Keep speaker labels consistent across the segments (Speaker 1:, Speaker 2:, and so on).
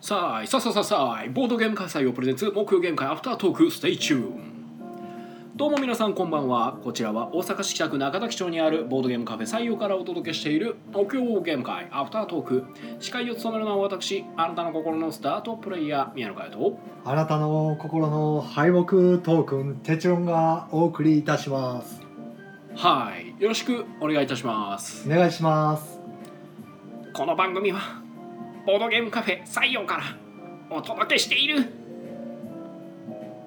Speaker 1: さあ、さあさあさあさあ、ボードゲーム開催をプレゼンツ、木曜ゲーム会アフタートーク、ステイチューン。どうも皆さんこんばんは。こちらは大阪市北区中崎町にあるボードゲームカフェ採用からお届けしている木曜ゲーム会アフタートーク。司会を務めるのは私、あなたの心のスタートプレイヤー、宮野佳代と。
Speaker 2: あなたの心の敗北トークンテチロンがお送りいたします
Speaker 1: はい、よろしくお願いいたします。
Speaker 2: お願いします
Speaker 1: この番組はボードゲームカフェ採用からお届けしている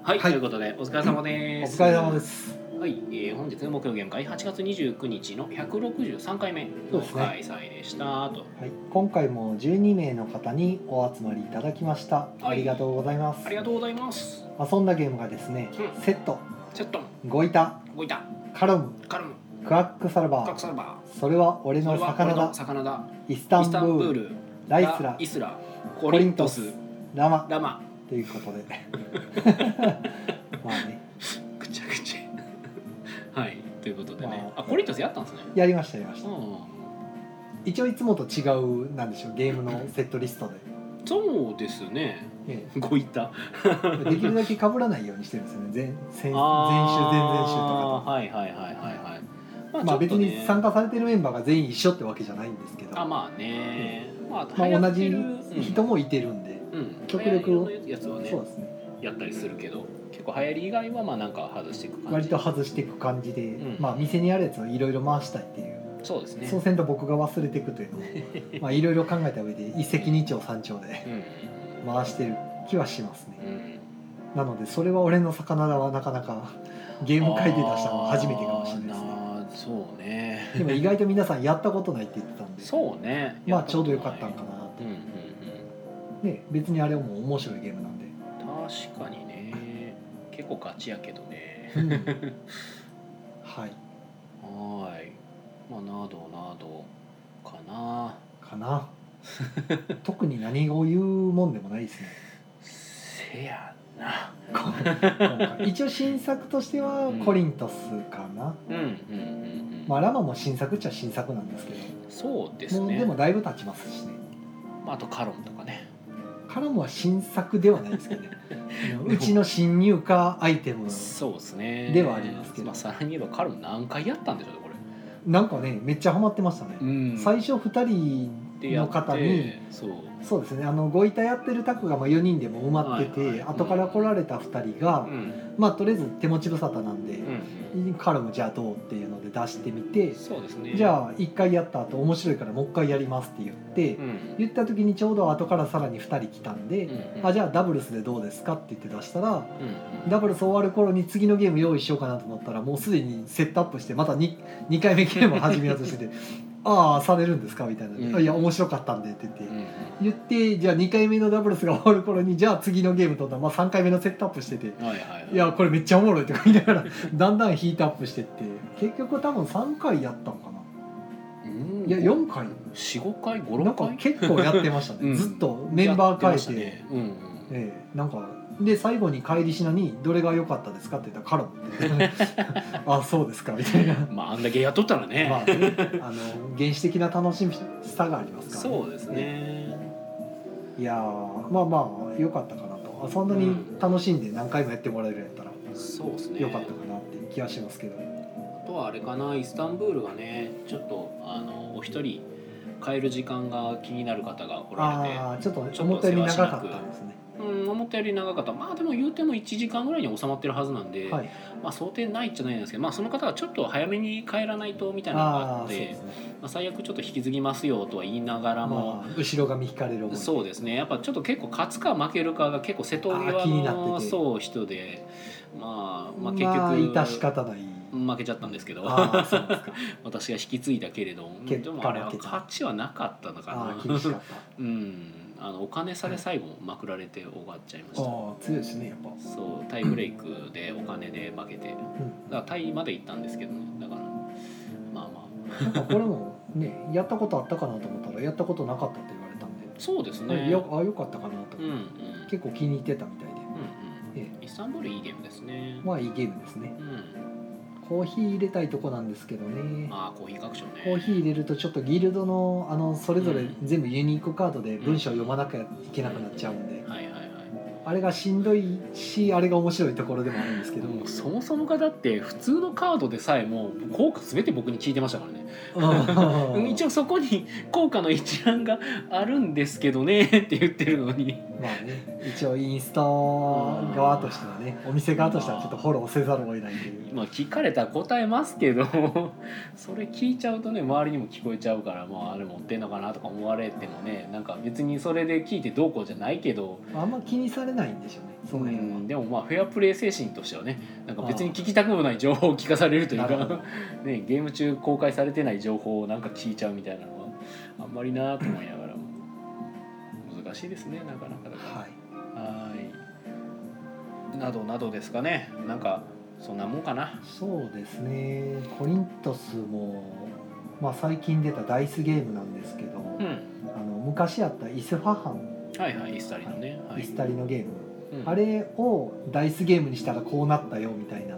Speaker 1: はい、
Speaker 2: はい
Speaker 1: ということでお疲れ様
Speaker 2: お
Speaker 1: です
Speaker 2: 疲れ様です
Speaker 1: はい、えー本日の木曜ゲーム会8月29日の163回目の開催でしたと
Speaker 2: はい、今回も12名の方にお集まりいただきました、
Speaker 1: はい
Speaker 2: ありがとうございます
Speaker 1: ありがとうございます
Speaker 2: 遊んだゲームがですね、
Speaker 1: うん
Speaker 2: セット
Speaker 1: セット
Speaker 2: ゴイタ
Speaker 1: 動いた
Speaker 2: カロム
Speaker 1: カルム
Speaker 2: クワックサルバ
Speaker 1: カク
Speaker 2: ー
Speaker 1: サルバ
Speaker 2: それは俺
Speaker 1: ーそ
Speaker 2: の
Speaker 1: れは
Speaker 2: 魚
Speaker 1: 俺
Speaker 2: だ
Speaker 1: の魚だ
Speaker 2: イスタ
Speaker 1: イ
Speaker 2: ン
Speaker 1: ス
Speaker 2: ブ
Speaker 1: タンブ
Speaker 2: ー
Speaker 1: ー
Speaker 2: ル
Speaker 1: ル
Speaker 2: ライスラ
Speaker 1: イスラコ
Speaker 2: コリ
Speaker 1: リン
Speaker 2: ン
Speaker 1: ト
Speaker 2: ト
Speaker 1: ス
Speaker 2: スラマ
Speaker 1: ラマ
Speaker 2: ということで まあね
Speaker 1: くちゃくちゃ はいということでね
Speaker 2: まあ
Speaker 1: あコリントスやったんですね
Speaker 2: やりましたやりました
Speaker 1: うん
Speaker 2: 一応いつもと違うなんでしょうゲームのセットリストで、
Speaker 1: そうですね。
Speaker 2: え
Speaker 1: ごいた。
Speaker 2: え できるだけ被らないようにしてるんですよね前先前週前々週と
Speaker 1: あー
Speaker 2: か
Speaker 1: はいはいはいはいはい。ま
Speaker 2: とまあ別に参
Speaker 1: 加。
Speaker 2: 加されてるメンバーが全員一緒ってわけじゃないんですけど
Speaker 1: あまあね。まあ
Speaker 2: まあ、同
Speaker 1: 流
Speaker 2: じ
Speaker 1: 行ってる
Speaker 2: 人。もいてるんで、
Speaker 1: うんうん。
Speaker 2: 極力
Speaker 1: 流行りのやつはね
Speaker 2: そうですね
Speaker 1: やったりするけど、結構流行り以外はまあなんか外していく感じ。
Speaker 2: 割と外していく感じで、
Speaker 1: ん
Speaker 2: まあ店にあるやつをいろいろ回したいっていう、
Speaker 1: そうですね。
Speaker 2: そうせんと僕が忘れていくというのを まあいろいろ考えた上で一石二鳥三鳥で
Speaker 1: うんうん
Speaker 2: 回してる気はします
Speaker 1: うん。う
Speaker 2: ね、
Speaker 1: ん。
Speaker 2: なのでそれは俺の魚だはなかなかゲーム界で出したのは初めてかもしれないですね
Speaker 1: あーなーそうね。
Speaker 2: でも意外と皆さんやったことないって言ってたん で
Speaker 1: そうね。
Speaker 2: まあちょうどよかったんかな
Speaker 1: うんうんうん。
Speaker 2: ね別にあれはもう面白いゲームなんで、
Speaker 1: 確かにね。結構ガチやけどね。
Speaker 2: はい
Speaker 1: はーい。まあ、などなどかな。
Speaker 2: かな特に何を言うもんでもないですね
Speaker 1: せやな。
Speaker 2: こう今回一応新作としては
Speaker 1: うん
Speaker 2: 「コリントス」かな、
Speaker 1: うんうんうんうん。
Speaker 2: まあ、ラマも新作っちゃ新作なんですけど
Speaker 1: そうです
Speaker 2: もう
Speaker 1: ね。
Speaker 2: でもだいぶ経ちますしね
Speaker 1: まあ、あとカロンとかね。
Speaker 2: カラムは新作ではないですけど ねあのうちの新入荷アイテム
Speaker 1: そうですね。
Speaker 2: ではありますけど
Speaker 1: まあ、さらに言えばカロン何回やったんでしょうねこれ。
Speaker 2: なんかねめっちゃハマってましたね、
Speaker 1: うん
Speaker 2: 最初2人の方に
Speaker 1: そう。
Speaker 2: そうですねあのご遺体やってるタクがまあ4人でも埋まってて、
Speaker 1: はいはい
Speaker 2: 後から来られた2人が、
Speaker 1: うん。
Speaker 2: まあとりあえず手持ち無沙汰なんで、
Speaker 1: うんうん。
Speaker 2: カルムじゃあどうっていうので出してみて、
Speaker 1: そうですね。
Speaker 2: じ
Speaker 1: あ。
Speaker 2: ゃあ1回やった後面白いからもう1回やりますって言って、
Speaker 1: うん。
Speaker 2: 言った時にちょうど後からさらに2人来たんで、
Speaker 1: うん
Speaker 2: あじゃあダブルスでどうですかって言って出したら
Speaker 1: うんうん。
Speaker 2: ダブルス終わる頃に次のゲーム用意しようかなと思ったらもうすでにセットアップしてまた 2, 2回目ゲームを始めようとし てて「ああされるんですか?」みたいな、
Speaker 1: うん
Speaker 2: あいや面白かったんで」って言って。
Speaker 1: うんうん。
Speaker 2: 言ってじゃあ2回目のダブルスが終わる頃にじゃあ次のゲームとったら、まあ、3回目のセットアップしてて
Speaker 1: はいはいはい。
Speaker 2: いやこれめっちゃおもろいとか言いながら だんだんヒートアップしてって結局多分3回やったんかな
Speaker 1: うん。
Speaker 2: いや4回
Speaker 1: 四五回五
Speaker 2: なん
Speaker 1: 六
Speaker 2: か
Speaker 1: 回。
Speaker 2: 結構やってました ね、
Speaker 1: うん
Speaker 2: ずっとメンバー変えて、
Speaker 1: やってましたね。うんうん。
Speaker 2: ええなんかで最後に帰りしなに「どれが良かったですか?」って言ったら「カロン」って言って あそうですか」みたいな
Speaker 1: まあ、あんだけやっとったらね。
Speaker 2: まあねあの原始的な楽しみさがありますから、ね、
Speaker 1: そうですね。
Speaker 2: いやーまあまあ良かったかなとあそんなに楽しんで何回もやってもらえるんやったら
Speaker 1: そうですね。
Speaker 2: 良かったかなっていう気はしますけど、
Speaker 1: あとはあれかなイスタンブールがねちょっとあのお一人帰る時間が気になる方がおられて
Speaker 2: ああちょっと
Speaker 1: ちょっと
Speaker 2: 思ったより長かったですね
Speaker 1: うん思ったより長かったまあでも言うても1時間ぐらいに収まってるはずなんで、
Speaker 2: はい
Speaker 1: まあ、想定ないじゃないんですけど、まあ、その方がちょっと早めに帰らないとみたいなのがあ
Speaker 2: ああー
Speaker 1: っ
Speaker 2: そう
Speaker 1: て
Speaker 2: ですね
Speaker 1: まあ、最悪ちょっと引き継ぎますよとは言いながらも。
Speaker 2: まあ、後ろ髪引かれる思い
Speaker 1: そうですねやっぱちょっと結構勝つか負けるかが結構瀬戸
Speaker 2: あ
Speaker 1: 際
Speaker 2: ー気にな
Speaker 1: の
Speaker 2: ってて
Speaker 1: そう人で、まあ、まあ結
Speaker 2: まあ
Speaker 1: 局、
Speaker 2: 致し方ない
Speaker 1: 負けちゃったんですけど
Speaker 2: ああそうですか
Speaker 1: 私が引き継いだけれどもで
Speaker 2: 結果
Speaker 1: もあれは
Speaker 2: 負けた
Speaker 1: 価値はなかったのか
Speaker 2: あ
Speaker 1: な
Speaker 2: あ 厳しかったあ
Speaker 1: うんあのお金差で最後まくられて終わっちゃいました
Speaker 2: あ強いですねやっぱ
Speaker 1: そうタイブレイクでお金で負けてだか
Speaker 2: うん
Speaker 1: らタイまで行ったんですけどねだからまあまあ
Speaker 2: なんかこれもねやったことあったかなと思ったらやったことなかったって言われたんで、
Speaker 1: そうですね
Speaker 2: あよあよかったかなと
Speaker 1: うんうん
Speaker 2: 思って、結構気に入ってたみたいで
Speaker 1: うんうん
Speaker 2: え
Speaker 1: イスタンブールいいゲームですね
Speaker 2: えまあいいゲームですね
Speaker 1: うん
Speaker 2: コーヒー入れたいとこなんですけどね
Speaker 1: ああコーヒー各所ね
Speaker 2: コーヒー入れるとちょっとギルドのあのそれぞれ
Speaker 1: うん
Speaker 2: 全部ユニークカードで文章読まなきゃいけなくなっちゃうんで
Speaker 1: はいはいはい
Speaker 2: あれがしんどいしあれが面白いところでもあるんですけど、
Speaker 1: もうそもそもがだって普通のカードでさえもう効果全て僕に聞いてましたからね
Speaker 2: う
Speaker 1: うんん一応そこに効果の一覧があるんですけどねって言ってるの に
Speaker 2: まあね一応インスタ側としてはねお店側としてはちょっとフォローせざるを得ないという
Speaker 1: 今聞かれたら答えますけど それ聞いちゃうとね周りにも聞こえちゃうからまああれ持ってんのかなとか思われてもねなんか別にそれで聞いてどうこうじゃないけど、
Speaker 2: あんま気にされないんでしょうねその
Speaker 1: う
Speaker 2: 辺は
Speaker 1: んでもまあフェアプレー精神としてはねなんか別に聞きたくもない情報を聞かされるという
Speaker 2: な
Speaker 1: か
Speaker 2: るほど
Speaker 1: ね、ゲーム中公開されてない情報をなんか聞いちゃうみたいなのはあんまりなと思いながらも難しいですねなかなかだから。
Speaker 2: はい
Speaker 1: はーい。などなどですかね。なんかそんなもんかな。
Speaker 2: そうですねコリントスも、まあ、最近出たダイスゲームなんですけど、
Speaker 1: うん。
Speaker 2: あの昔あったイスファハン、
Speaker 1: はいはい。イスタリのね。は
Speaker 2: イ
Speaker 1: い
Speaker 2: ス。タリのゲーム、
Speaker 1: うん
Speaker 2: あれをダイスゲームにしたらこうなったよみたいな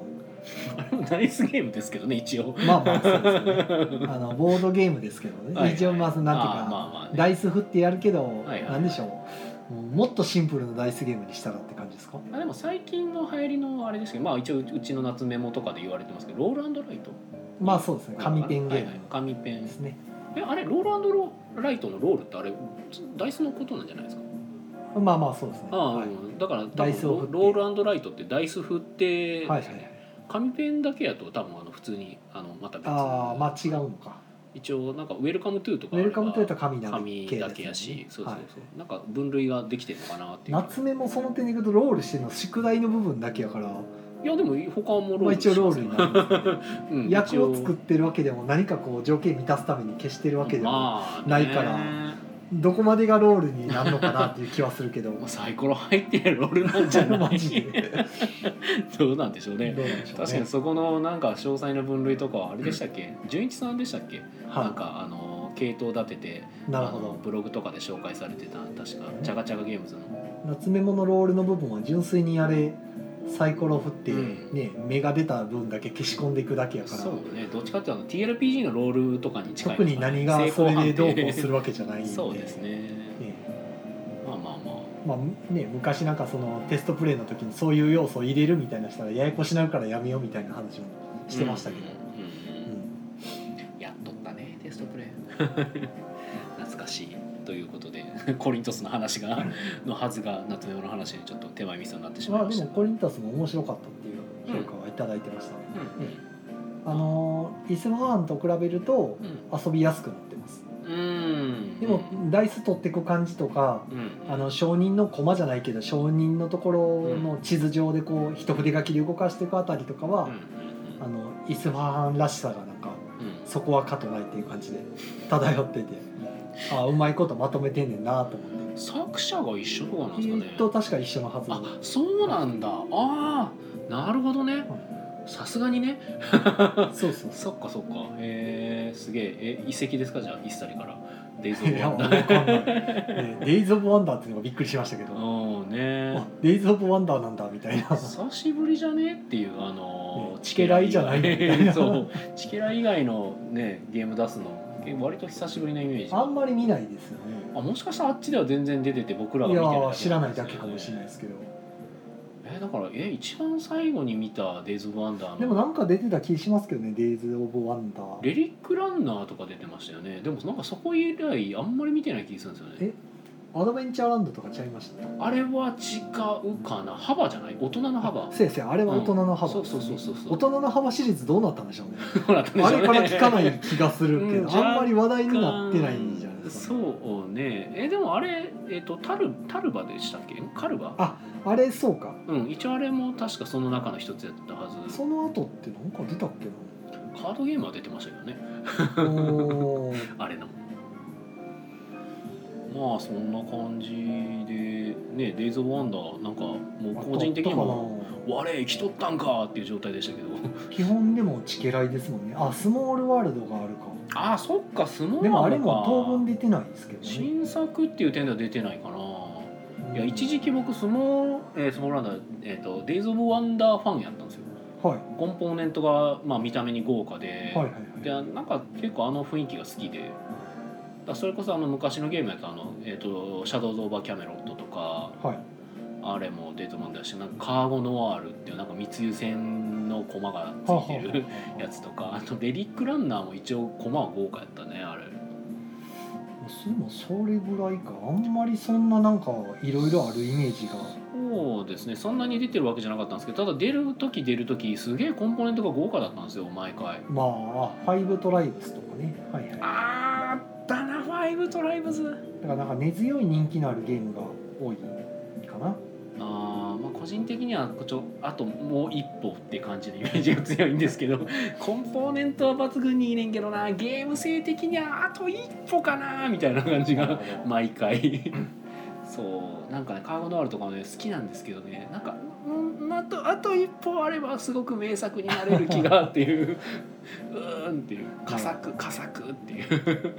Speaker 1: あれも ナイスゲームですけどね一応。
Speaker 2: まあまあそうですよねあのボードゲームですけどね、
Speaker 1: はいはい
Speaker 2: 一応まずなんていう
Speaker 1: あ
Speaker 2: か
Speaker 1: ー、まあまあね
Speaker 2: ダイス振ってやるけど、
Speaker 1: はいはい
Speaker 2: なんでしょうもうもっとシンプルなダイスゲームにしたらって感じですか
Speaker 1: あでも最近の流行りのあれですけど、まあ一応うちの夏メモとかで言われてますけど、ロールアンドライト。
Speaker 2: まあそうですね紙ペンゲー
Speaker 1: はいはい
Speaker 2: ム
Speaker 1: 紙ペン
Speaker 2: で。すね、
Speaker 1: えあれロールアンドロライトのロールってあれダイスのことなんじゃないですか。
Speaker 2: まあまあそうですね
Speaker 1: ああ、
Speaker 2: はい
Speaker 1: うんだから多
Speaker 2: ダイスを振
Speaker 1: 分
Speaker 2: って
Speaker 1: ロールアンドライトってダイス振って、
Speaker 2: はいはいはい
Speaker 1: 紙ペンだけやと多分あの普通にあのまた別に
Speaker 2: ああまあ違うのか
Speaker 1: 一応なんかウェルカムトゥーとか
Speaker 2: ウ
Speaker 1: あれ
Speaker 2: ェ
Speaker 1: ば
Speaker 2: ルカムというと紙な
Speaker 1: 紙
Speaker 2: 系
Speaker 1: だ
Speaker 2: です
Speaker 1: け
Speaker 2: よね
Speaker 1: やし、そうそう
Speaker 2: はい
Speaker 1: そう、なんか分類ができてるのかなっていう。
Speaker 2: 夏目もその点でいくとロールしてるのは宿題の部分だけやから、ま
Speaker 1: いやでも他もロー
Speaker 2: あ、
Speaker 1: ル
Speaker 2: 一応ロールになるんですけど、
Speaker 1: ル、うん、
Speaker 2: 役を作っ
Speaker 1: って
Speaker 2: るわけでも何かこう条件満たすために消してるわけでも、
Speaker 1: も
Speaker 2: ないからどこまでがロールになるのかなっていう気はする けど
Speaker 1: サイコロ入ってロールなんじゃな
Speaker 2: マ
Speaker 1: い
Speaker 2: ジで
Speaker 1: どうなんでしょうね。
Speaker 2: どうなんでしょうね
Speaker 1: 確かにそこのなんか詳細な分類とかはあれでしたっけ、純一さんでしたっけ、
Speaker 2: は
Speaker 1: なんかあの系統立てて
Speaker 2: い、なる
Speaker 1: あ
Speaker 2: ほ
Speaker 1: の
Speaker 2: ど
Speaker 1: ブログとかで紹介されてた確かチャガチャガゲームズの
Speaker 2: 夏メモのロールの部分は純粋にあれサイコロ振って、
Speaker 1: うん
Speaker 2: ね目が出た分だけ消し込んでいくだけやから
Speaker 1: そうねどっちかっていうとあの TRPG のロールとかに近い
Speaker 2: 特に何がそれでどうこうする
Speaker 1: わ
Speaker 2: わけじゃないんで
Speaker 1: そうですね
Speaker 2: ね
Speaker 1: まあまあま
Speaker 2: まあね、昔なんかそのテストプレイの時にそういう要素を入れるみたいなしたらややこしなるからやめようみたいな話も
Speaker 1: あ
Speaker 2: してましたけど、
Speaker 1: うん
Speaker 2: う
Speaker 1: うんうん
Speaker 2: ん
Speaker 1: やっとったねテストプレイ懐かしいということでコリントスの話がのはずが夏目の話にちょっと手前味噌になってしま
Speaker 2: ま
Speaker 1: い
Speaker 2: あ
Speaker 1: ま
Speaker 2: で
Speaker 1: した
Speaker 2: もコリンタスも面白かったっていう評価はいただいてました、あのーイスファーンと比べると
Speaker 1: うん
Speaker 2: 遊びやすくなってます
Speaker 1: うんうん
Speaker 2: でもダイス取ってく感じとか
Speaker 1: うん
Speaker 2: あの証人の駒じゃないけど証人のところの地図上でこう一筆書きで動かしていくあたりとか
Speaker 1: う
Speaker 2: は
Speaker 1: んうん
Speaker 2: あのイスファーンらしさがなんか
Speaker 1: うん
Speaker 2: そこはかとないっていう感じで漂っててあうまいことまとめてんねんなと思って
Speaker 1: うん作者が一緒とかなんですかね
Speaker 2: きっと確か一緒のはず
Speaker 1: あ
Speaker 2: の
Speaker 1: そうなんだああなるほどねさすがにね
Speaker 2: そうそうそ
Speaker 1: そっかそっかへえすげええ遺跡ですかじゃあイスタリからデイズ・オ
Speaker 2: うい
Speaker 1: ブ・
Speaker 2: や
Speaker 1: ワン
Speaker 2: わか
Speaker 1: ダ
Speaker 2: ん
Speaker 1: ー
Speaker 2: ない、ねデイズ・オブ・ワンダーっていうのがびっくりしましたけど
Speaker 1: うんね
Speaker 2: あデイズ・オブ・ワンダーなんだみたいな
Speaker 1: 久しぶりじゃねっていうあの
Speaker 2: ねチケラ以外
Speaker 1: チケ
Speaker 2: みたい な
Speaker 1: そうチケラ以外のねゲーム出すのえ割と久しぶりなイメージ
Speaker 2: あんまり見ないですよね
Speaker 1: あもしかしたらあっちでは全然出てて僕らが
Speaker 2: い
Speaker 1: 見
Speaker 2: や
Speaker 1: てない
Speaker 2: ー知らないだけかもしれない
Speaker 1: い
Speaker 2: ですけど
Speaker 1: えだからえ一番最後に見たデイズ・オブ・ワンダーの
Speaker 2: でもなんか出てた気しますけどね「デイズ・オブ・ワンダー」
Speaker 1: レリックランナーとか出てましたよねでもなんかそこ以来あんまり見てない気がするんですよね
Speaker 2: えアドベンチャーランドとかちゃいました
Speaker 1: あれは違うかな幅じゃない大人の幅
Speaker 2: せいせいあれは大人の幅、
Speaker 1: そうそうそうそうそう
Speaker 2: 大人の幅シリーズどうなったんでしょうね
Speaker 1: ほら
Speaker 2: あれから聞かない気がするけ
Speaker 1: うん
Speaker 2: ど、あんまり話題になってないんじゃないですか、ね、
Speaker 1: そうねえでもあれえっ、とタルタルバでしたっけカルバ
Speaker 2: ああれそうか
Speaker 1: うん一応あれも確かその中の一つやったはず
Speaker 2: その後ってなんか出たっけ
Speaker 1: カードゲームは出てましたよね
Speaker 2: なおー
Speaker 1: あれのまあそんな感じでねデイズ・オブ・ワンダーなんかもう個人的にも
Speaker 2: あとあったか
Speaker 1: 我生きとったんかっていう状態でしたけど
Speaker 2: な基本でもチケライですもんねあスモールワールドがあるか
Speaker 1: ああそっか相撲なのか
Speaker 2: でもあれも当分出てないですけどね、
Speaker 1: 新作っていう点では出てないかな
Speaker 2: うん
Speaker 1: いや一時期僕スモー、えー、スモールランダー、えー、とデイズ・オブ・ワンダーファンやったんですよ
Speaker 2: はい
Speaker 1: コンポーネントが、まあ、見た目に豪華で,、
Speaker 2: はいはい
Speaker 1: で
Speaker 2: はい
Speaker 1: なんか結構あの雰囲気が好きでだからそれこそあの昔のゲームやったあの、えーと「シャドウズ・オーバー・キャメロット」とか
Speaker 2: はい
Speaker 1: あれもデートマンだしなんかカーゴ・ノワールっていうなんか密輸船の駒がつ
Speaker 2: はあはい
Speaker 1: てる
Speaker 2: あ
Speaker 1: やつとかあとレリックランナーも一応コマは豪華やったねあれ
Speaker 2: それもそれぐらいかあんまりそんななんかいろいろあるイメージが
Speaker 1: そうですねそんなに出てるわけじゃなかったんですけどただ出る時出る時すげえコンポーネントが豪華だったんですよ毎回
Speaker 2: まああファイブトライブスとかねはいはいだか
Speaker 1: あーだなファイブトライブズ
Speaker 2: らなんか根強い人気のあるゲームが多いかな
Speaker 1: あーまあ個人的にはこちょあともう一歩って感じのイメージが強いんですけど コンポーネントは抜群にいいねんけどなゲーム性的にはあと一歩かなみたいな感じが
Speaker 2: ま
Speaker 1: 毎回 そうなんかねカーゴノワールとかもね好きなんですけどねなんかうんあとあと一歩あればすごく名作になれる気がっていう うーんっていう佳作佳作っていう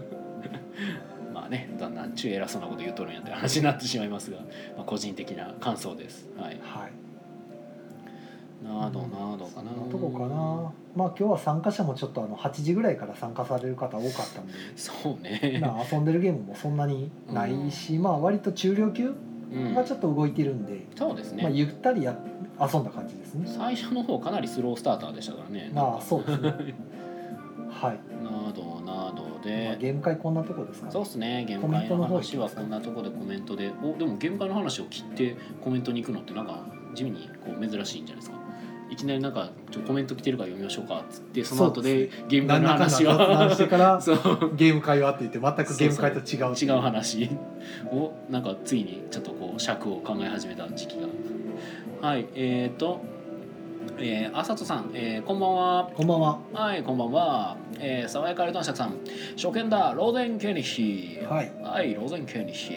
Speaker 1: まあねだなんちゅう偉そうなこと言うとるんやって話になってしまいますが、まあ、個人的な感想ですはい
Speaker 2: はい
Speaker 1: などなどかな
Speaker 2: そんなとこかなまあ今日は参加者もちょっとあの8時ぐらいから参加される方多かったんで
Speaker 1: そうね
Speaker 2: まあ遊んでるゲームもそんなにないし、まあ割と中量級
Speaker 1: うん
Speaker 2: がちょっと動いてるんで、
Speaker 1: そうですね、
Speaker 2: まあ、ゆったりや遊んだ感じですね
Speaker 1: 最初の方かなりスロースターターでしたからね
Speaker 2: まあそ うですねはい、
Speaker 1: などなど
Speaker 2: ま
Speaker 1: で
Speaker 2: あ、ゲーム会こんなとこですかね
Speaker 1: そうっすね限
Speaker 2: コメン
Speaker 1: 界
Speaker 2: ト
Speaker 1: の
Speaker 2: の方
Speaker 1: 話はこんなところでコメントでおでも限界の話を切ってコメントに行くのってなんか地味にこう珍しいんじゃないですかいきなりなんかちょコメント来てるから読みましょうかっつってその後で限界
Speaker 2: 何
Speaker 1: の
Speaker 2: らかの
Speaker 1: 話
Speaker 2: 雑
Speaker 1: は
Speaker 2: 談してから
Speaker 1: そう
Speaker 2: ゲーム会はって言って全くゲーム会と違う
Speaker 1: 違う話 をなんかついにちょっとこう尺を考え始めた時期がはいえっ、ー、とえー、あさとさん、えーこんばんは
Speaker 2: こんばんは
Speaker 1: はいこんばんは、えー、爽やかルトンシャクさん初見だローデン・ケニヒ
Speaker 2: はい
Speaker 1: はい、ローゼンケニヒ。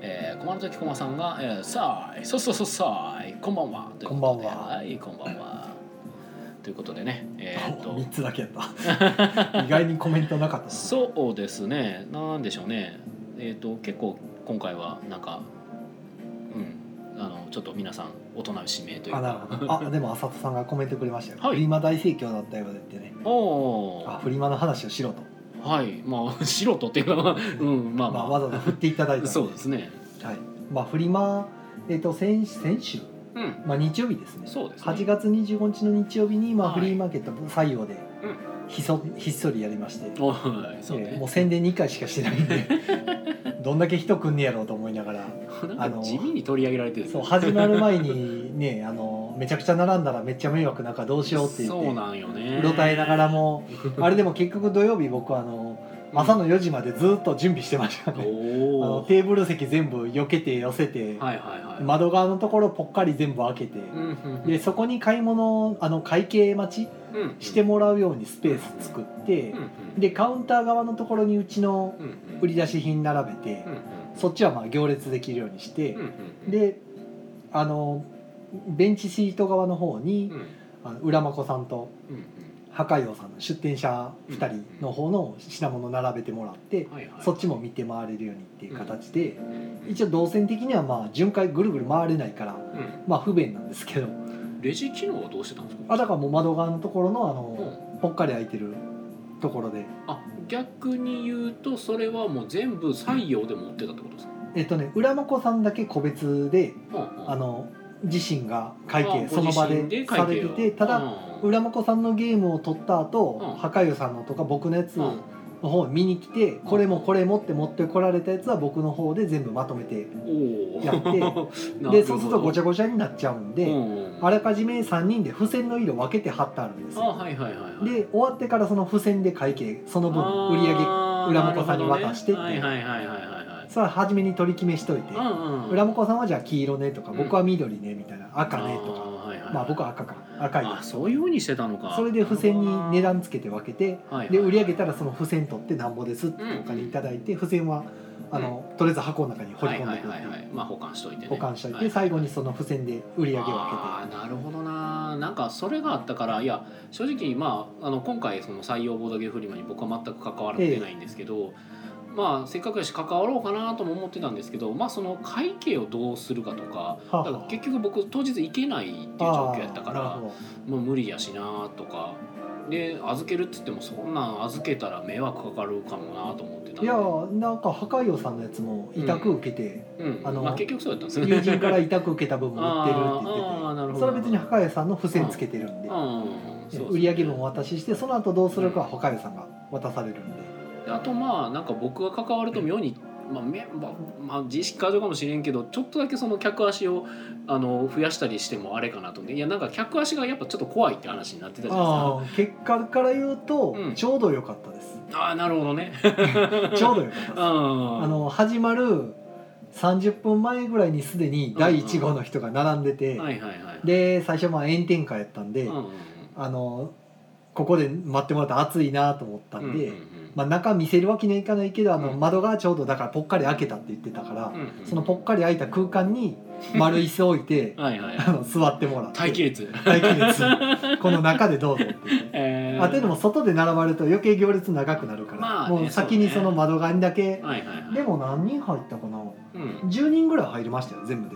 Speaker 1: えー、コマの時コマさんが、えー、さあい、そうそうそうさあい、こんばんは。というとで、
Speaker 2: こんばんはい
Speaker 1: こんばんは。ということでね、えーっと
Speaker 2: 3 、つだけやった意外にコメントなかった な
Speaker 1: そうですね、なんでしょうね。えーっと、結構今回はなんか、うん、あのちょっと皆さん大人しめという
Speaker 2: あなる
Speaker 1: か。
Speaker 2: ほどあでも浅田さんがコメントくれましたよ、
Speaker 1: はい
Speaker 2: フリマ大盛況だったようでってね
Speaker 1: おお、
Speaker 2: あフリマの話をしろと、
Speaker 1: はい、まあ 素人っていうのは、うん、まあ
Speaker 2: まあ、
Speaker 1: ま
Speaker 2: わざわざ振っていただいた
Speaker 1: あ、そうですね。
Speaker 2: はいまあ、フリマ、えっと先先週、
Speaker 1: うん、
Speaker 2: まあ、日曜日ですね
Speaker 1: そうですね。
Speaker 2: 8月25日の日曜日に、まあ、
Speaker 1: はい
Speaker 2: フリーマーケット採用でひそ、ひっそりやりまして、
Speaker 1: おはい、そう
Speaker 2: えー
Speaker 1: ね
Speaker 2: も。う宣伝2回しかしてないんで どんだけ人来んねやろうと思いながら
Speaker 1: なんか地味に取り上げられてる。
Speaker 2: そう始まる前にねあのめちゃくちゃ並んだらめっちゃ迷惑なんかどうしようって言って
Speaker 1: そうなんよね
Speaker 2: うろたえ ながらもあれでも結局土曜日僕はあの朝の4時までずっと準備してましたね、あ
Speaker 1: お
Speaker 2: の
Speaker 1: お
Speaker 2: テーブル席全部避けて寄せて、
Speaker 1: はいはいはい、
Speaker 2: 窓側のところぽっかり全部開けて、
Speaker 1: うんうん
Speaker 2: でそこに買い物あの会計待ち
Speaker 1: うん
Speaker 2: してもらうようにスペース作って、
Speaker 1: うんうん
Speaker 2: でカウンター側のところにうちの
Speaker 1: うんうん
Speaker 2: 売り出し品並べて
Speaker 1: う、んうん
Speaker 2: そっちはまあ行列できるようにして
Speaker 1: うんう、ん
Speaker 2: であのベンチシート側の方に、
Speaker 1: うんうん
Speaker 2: あの浦真子さんと
Speaker 1: うん
Speaker 2: 破壊王さんの出店者2人の方の品物並べてもらって、
Speaker 1: うんはいはい
Speaker 2: そっちも見て回れるようにっていう形で、
Speaker 1: うん
Speaker 2: 一応動線的にはまあ巡回ぐるぐる回れないから
Speaker 1: うん
Speaker 2: まあ不便なんですけど
Speaker 1: レジ機能はどうしてたんですか
Speaker 2: あだからもう窓側のところのあ
Speaker 1: う
Speaker 2: の、
Speaker 1: ん
Speaker 2: ぽっかり開いてるところで
Speaker 1: あ逆に言うとそれはもう全部採用で持ってたってことですか、
Speaker 2: えっとね浦真子さんだけ個別で
Speaker 1: うんうん
Speaker 2: あの自身が会
Speaker 1: あ
Speaker 2: 計
Speaker 1: ご
Speaker 2: その場
Speaker 1: 自身
Speaker 2: で
Speaker 1: 会計
Speaker 2: されて
Speaker 1: を
Speaker 2: てた
Speaker 1: う
Speaker 2: だ
Speaker 1: ん
Speaker 2: 浦真子さんのゲームを取った後、
Speaker 1: うん
Speaker 2: 破壊王さんのとか僕のや
Speaker 1: う
Speaker 2: つ
Speaker 1: ん
Speaker 2: の方を見に来て、これもこれもって持ってこられたやつは僕の方で全部まとめて
Speaker 1: おお
Speaker 2: やって でそうするとごちゃごちゃになっちゃうんで、あ
Speaker 1: れ
Speaker 2: らかじめ3人で付箋の色分けて貼ってあるんです
Speaker 1: あ
Speaker 2: よ
Speaker 1: はいはいはいはい
Speaker 2: で終わってからその付箋で会計その分売り上げ
Speaker 1: 上
Speaker 2: 裏元さんに渡してって
Speaker 1: はいはいはいはいはいはい
Speaker 2: さあ初めに取り決めしといて、
Speaker 1: うんうん
Speaker 2: 浦本さんはじゃあ黄色ねとか、
Speaker 1: うん
Speaker 2: 僕は緑ねみたいな赤ねと
Speaker 1: あー
Speaker 2: か
Speaker 1: はいはいはい
Speaker 2: まあ僕は赤か赤い
Speaker 1: あそういうふうにしてたのか
Speaker 2: それで付箋に値段つけて分けて
Speaker 1: はいはい
Speaker 2: で売り上げたらその付箋取ってなんぼですってお金いただいて付箋はあのとりあえず箱の中に放り込んでいく
Speaker 1: はいはいはいはいまあ保管しといて、ね、
Speaker 2: 保管しとい
Speaker 1: は
Speaker 2: て最後にその付箋で売り上げ分
Speaker 1: ああなるほどななんかそれがあったからいや正直まああの今回その採用ボードゲームフリマに僕は全く関わってないんですけど、まあ、せっかくやし関わろうかなとも思ってたんですけど、まあ、その会計をどうするかとかだから結局僕当日行けないっていう状況やったか
Speaker 2: あ
Speaker 1: ら
Speaker 2: ーなるほ
Speaker 1: もう無理やしなとかで預けるっつってもそんなん預けたら迷惑かかるかもなと思ってたん
Speaker 2: どい
Speaker 1: で
Speaker 2: やーなんか破壊王さんのやつも委託受けて、
Speaker 1: うん
Speaker 2: あの
Speaker 1: まあ、結局そうやったんですね。
Speaker 2: 友人から委託受けた分も売ってるって言ってて
Speaker 1: あーあーなるほど
Speaker 2: それは別に破壊王さんの付箋つけてるんで、
Speaker 1: うんそうそう
Speaker 2: 売り上げ分をお渡ししてその後どうするかは破壊王さんが渡されるんで、
Speaker 1: あとまあなんか僕が関わると妙に、まあメンバーまあ、自意識過剰かもしれんけどちょっとだけその客足をあの増やしたりしてもあれかなと思っていやなんか客足がやっぱちょっと怖いって話になってたじゃないです
Speaker 2: あー結果から言うと、
Speaker 1: うん
Speaker 2: ちょうど良かっ たです
Speaker 1: か。ああーなるほどね。
Speaker 2: ちょう
Speaker 1: う
Speaker 2: ど良かったで
Speaker 1: ん
Speaker 2: すあの始まる30分前ぐらいにすでに第1号の人が並んでて、
Speaker 1: はいはいはい。
Speaker 2: で最初まあ炎天下やったんで、
Speaker 1: うんうんうん
Speaker 2: あのここで待ってもらったら暑いなと思った
Speaker 1: う
Speaker 2: んで、
Speaker 1: んうんうん
Speaker 2: まあ、中見せるわけにはいかないけどあの
Speaker 1: うん
Speaker 2: 窓がちょうどだからぽっかり開けたって言ってたから、
Speaker 1: うんうんうん
Speaker 2: そのぽっかり開いた空間に丸椅子置いて
Speaker 1: はいはい
Speaker 2: あ
Speaker 1: はい。
Speaker 2: の座ってもらって
Speaker 1: 待機列。
Speaker 2: 待機列この中でどうぞって 言って。
Speaker 1: えー
Speaker 2: あというのも外で並ばれると余計行列長くなるから、
Speaker 1: まあね
Speaker 2: もう先にその窓側にだけ、
Speaker 1: はいはいはい。
Speaker 2: でも何人入ったかな
Speaker 1: うん、
Speaker 2: 10人ぐらい入りましたよ全部で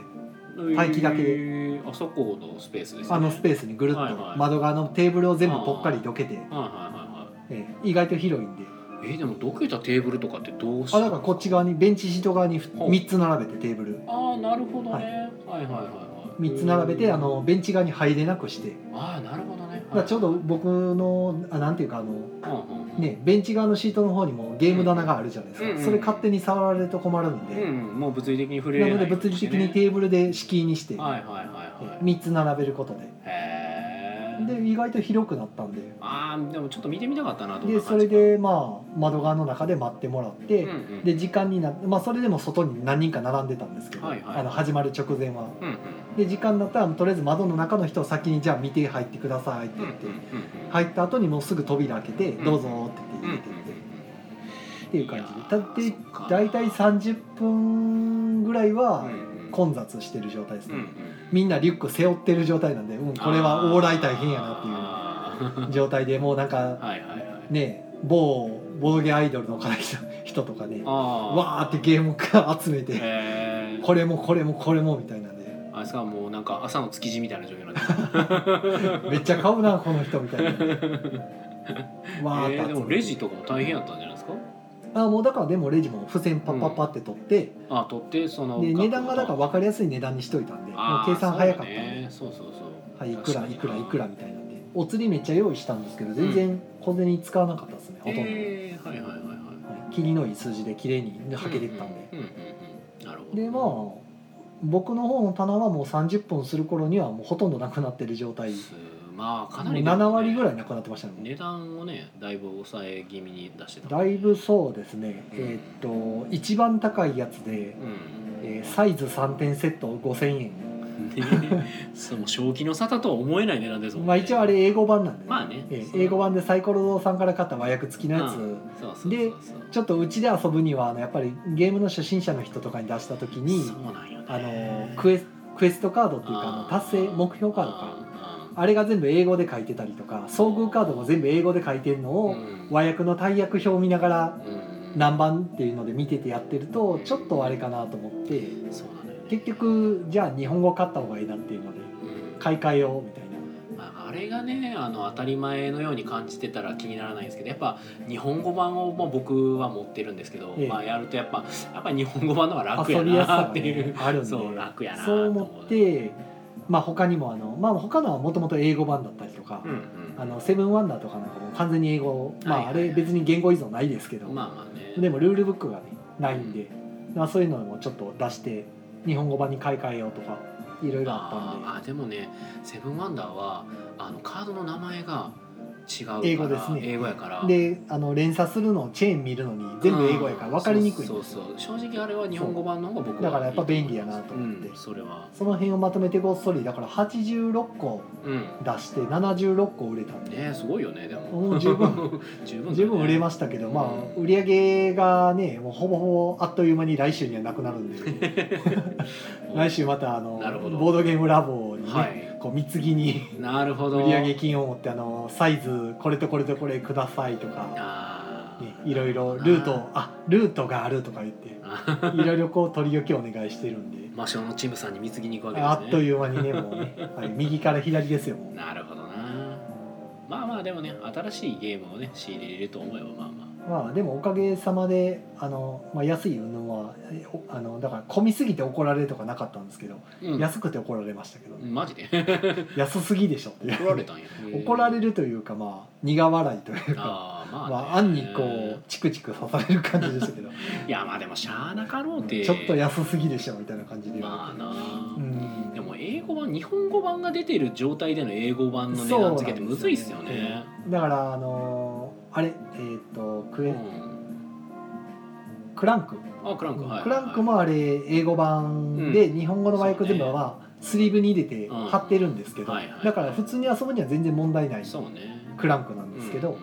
Speaker 2: 待機だけで
Speaker 1: えーあそこのスペースです、ね。
Speaker 2: あのスペースにぐるっと
Speaker 1: はいはい
Speaker 2: 窓側のテーブルを全部ぽっかりどけて、
Speaker 1: はいはい
Speaker 2: ええ意外と広いんで
Speaker 1: はいはい。えーでもどけたテーブルとかってどうし
Speaker 2: あだからこっち側にベンチシート側に
Speaker 1: ほう
Speaker 2: 3つ並べてテーブル
Speaker 1: ああなるほどね、はい、はいはいはい
Speaker 2: 3つ並べてあ
Speaker 1: の
Speaker 2: のベンチ側に入れなくして
Speaker 1: ああなるほどね
Speaker 2: だからちょうど僕のあなんていうかあの
Speaker 1: ど、うんうんうん、
Speaker 2: ねベンチ側のシートの方にもゲーム棚があるじゃないですか、
Speaker 1: うんうん
Speaker 2: それ勝手に触られると困る
Speaker 1: う
Speaker 2: んで、
Speaker 1: んうん、もう物理的に触れ
Speaker 2: な
Speaker 1: れ
Speaker 2: の
Speaker 1: な
Speaker 2: で
Speaker 1: いよう
Speaker 2: 物
Speaker 1: に
Speaker 2: 理
Speaker 1: して
Speaker 2: 的
Speaker 1: ね、
Speaker 2: にテーブルで敷居にして、
Speaker 1: はいはいはいはい
Speaker 2: 3つ並べることで
Speaker 1: へえ
Speaker 2: で意外と広くなったんで
Speaker 1: ああでもちょっと見てみたかったなどん
Speaker 2: で
Speaker 1: な
Speaker 2: そ
Speaker 1: 感
Speaker 2: れ
Speaker 1: じか
Speaker 2: でまあ窓側の中で待ってもらって、
Speaker 1: うんうん
Speaker 2: で時間になって、まあ、それでも外に何人か並んでたんですけど、
Speaker 1: はいはい
Speaker 2: あの始まる直前は。
Speaker 1: うんうん
Speaker 2: で時間になったらとりあえず窓の中の人を先にじゃあ見て入ってくださいって
Speaker 1: うんうん
Speaker 2: 言って、
Speaker 1: うん
Speaker 2: 入った後にもうすぐ扉開けて「
Speaker 1: うん
Speaker 2: どうぞ」って
Speaker 1: うんうん
Speaker 2: 言って入れてって、っていう感
Speaker 1: い
Speaker 2: じ
Speaker 1: や
Speaker 2: で
Speaker 1: ー
Speaker 2: だって
Speaker 1: そっか
Speaker 2: 大体30分ぐら
Speaker 1: う
Speaker 2: い
Speaker 1: ん
Speaker 2: は
Speaker 1: うん
Speaker 2: 混雑してる状態です
Speaker 1: うん
Speaker 2: ね、
Speaker 1: うん
Speaker 2: みんなリュック背負ってる状態なんで、うん、これは往来大変やな
Speaker 1: あ
Speaker 2: ってい
Speaker 1: ー
Speaker 2: う状態でもうなんか
Speaker 1: はいはいはい
Speaker 2: ね某ボーゲアイドルの方来た人とかね
Speaker 1: ああ
Speaker 2: わーってゲームから集めて
Speaker 1: へえ
Speaker 2: これもこれもこれもみたいなんで
Speaker 1: あれさもうなんか朝の築地みたいな状況なんです
Speaker 2: めっちゃ買 うなこの人みたいなわ
Speaker 1: え
Speaker 2: ー
Speaker 1: ー
Speaker 2: っ
Speaker 1: で
Speaker 2: て集
Speaker 1: もレ
Speaker 2: めて
Speaker 1: ジとかも大変やったんじゃないですか
Speaker 2: あもうだからでもレジも付箋パッパッパって取って、
Speaker 1: あ取ってその
Speaker 2: で
Speaker 1: 額を
Speaker 2: 値段がだから分かりやすい値段にしといたんでも
Speaker 1: あ
Speaker 2: う
Speaker 1: ー
Speaker 2: 計算早かったんで、
Speaker 1: そう,、ね、そうそうそう
Speaker 2: はい、いくらいくらいくら
Speaker 1: ほ
Speaker 2: みたいなんでお釣りめっちゃ用意したんですけど全然小銭使わなかったですね、ほとんど、
Speaker 1: えー、はいはいはいはい
Speaker 2: はい、切りのいい数字で綺麗にはけてったんで、
Speaker 1: うんうんうんなるほど
Speaker 2: でまあ僕の方の棚はもう30分する頃にはもうほとんどなくなってる状態
Speaker 1: すまあかな
Speaker 2: もう
Speaker 1: り、
Speaker 2: 7割ぐら
Speaker 1: い
Speaker 2: いなくなってましたね
Speaker 1: 値段をねだいぶ抑え気味に出してた
Speaker 2: だいぶそうですね
Speaker 1: うん
Speaker 2: えーっと一番高いやつで、
Speaker 1: うん
Speaker 2: えーサイズ3点セット5000
Speaker 1: ね その正気の沙汰とは思えない値段ですも
Speaker 2: 円
Speaker 1: ん、
Speaker 2: まあ一応あれ英語版なんで、
Speaker 1: まあね
Speaker 2: えー英語版でサイコロ堂さんから買った和訳付きのや
Speaker 1: うんそ
Speaker 2: つ、
Speaker 1: うそうそうそう
Speaker 2: でちょっとうちで遊ぶにはあのやっぱりゲームの初心者の人とかに出した時に
Speaker 1: そうなんよね
Speaker 2: あのクエスクエストカードっていうかあの達成目標カードかあれが全部英語で書いてたりとか遭遇カードも全部英語で書いてるの
Speaker 1: を
Speaker 2: を和訳の大役表を見ながら
Speaker 1: うん
Speaker 2: 何番っていうので見ててやってるとちょっとあれかなと思って
Speaker 1: そうなのよね
Speaker 2: 結局じゃあ日本語買った方がいいなっていうので
Speaker 1: うん
Speaker 2: 買い替えようみたい
Speaker 1: まああれがねあの当たり前のように感じてたら気にならないんですけどやっぱ日本語版を、まあ、僕は持ってるんですけど、
Speaker 2: ええ
Speaker 1: まあ、やるとやっぱやっぱ日本語版の方が
Speaker 2: な
Speaker 1: 楽や
Speaker 2: 遊びやす
Speaker 1: な
Speaker 2: さ
Speaker 1: っ
Speaker 2: が、
Speaker 1: てい
Speaker 2: ね
Speaker 1: う、、
Speaker 2: あるんで
Speaker 1: そう楽やな
Speaker 2: そう思っ
Speaker 1: と思う、
Speaker 2: てまあ他にもあのまあ他のはもともと英語版だったりとか
Speaker 1: うんうん、
Speaker 2: あのセブンワンダーとかなんかもう完全に英語ま
Speaker 1: はい
Speaker 2: あ
Speaker 1: は
Speaker 2: あ
Speaker 1: いはい
Speaker 2: れ別に言語依存ないですけど
Speaker 1: まあまあね
Speaker 2: でもルールブックがねないんでまあそういうのもちょっと出して日本語版に買い替えようとかいろいろあったん
Speaker 1: あーあでもね「セブンワンダーは」あのカードの名前が違うから
Speaker 2: 英語ですね
Speaker 1: 英語やから
Speaker 2: でであの連鎖するのをチェーン見るのに全部英語やから分かりにくいん
Speaker 1: そ
Speaker 2: で
Speaker 1: う
Speaker 2: す
Speaker 1: そ
Speaker 2: よ
Speaker 1: うそう正直あれは日本語版の方が僕は
Speaker 2: だからやっぱ便利やなと思って
Speaker 1: うん、それは
Speaker 2: その辺をまとめてごっそりだから86個
Speaker 1: うん
Speaker 2: 出して76個売れたんで
Speaker 1: ねすごいよねでも
Speaker 2: もう十分
Speaker 1: 十分だね
Speaker 2: 十分売れましたけど、まあ売り上げがねもうほぼほぼあっという間に来週にはなくなる んで来週またあの
Speaker 1: なるほど
Speaker 2: ボードゲームラボにね、
Speaker 1: はい
Speaker 2: こう貢ぎに
Speaker 1: なるほど
Speaker 2: 売上金を持ってあのサイズこれとこれとこれくださいとか
Speaker 1: あー
Speaker 2: ねいろいろルートをあルートがあるとか言っていろいろこう取り置きをお願いしてるんで
Speaker 1: 魔性のチームさんに貢ぎに行く
Speaker 2: あ
Speaker 1: わけです
Speaker 2: っと
Speaker 1: ね
Speaker 2: いう間にねも うね、はい、右から左ですよも
Speaker 1: なるほどなまあまあでもね新しいゲームをね仕入れれると思えばまあま
Speaker 2: うまあでもおかげさまであの、まあ、安い云々はえおあのだから混みすぎて怒られるとかなかったんですけど、
Speaker 1: あ、うん、
Speaker 2: 安くて怒られましたけど、
Speaker 1: マジで
Speaker 2: 安すぎでしょっていう
Speaker 1: 怒られたんや
Speaker 2: 怒られ
Speaker 1: る
Speaker 2: るというかまあ苦笑いというか
Speaker 1: ああまあ、
Speaker 2: ま
Speaker 1: ね、
Speaker 2: あ暗にこうチクチク刺される感じ でしたけど
Speaker 1: いやまあでもしゃあなかろうて
Speaker 2: ちょっと安すぎでしょみたいな感じで言わ
Speaker 1: まあ
Speaker 2: れて、
Speaker 1: な
Speaker 2: うん
Speaker 1: でも英語版日本語版が出てる状態での英語版の値段付けってむずいっすよね。
Speaker 2: だからあのーあれえっ、とク
Speaker 1: う
Speaker 2: エ、
Speaker 1: ん、
Speaker 2: クランク
Speaker 1: あクランクはい。
Speaker 2: クランクもあれ英語版で日本語の和訳全部はまあスリーブに入れて貼ってるんですけど、
Speaker 1: うんはいはい
Speaker 2: だから普通に遊ぶには全然問題ない
Speaker 1: そうね。
Speaker 2: クランクなんですけ
Speaker 1: う
Speaker 2: ど、
Speaker 1: ん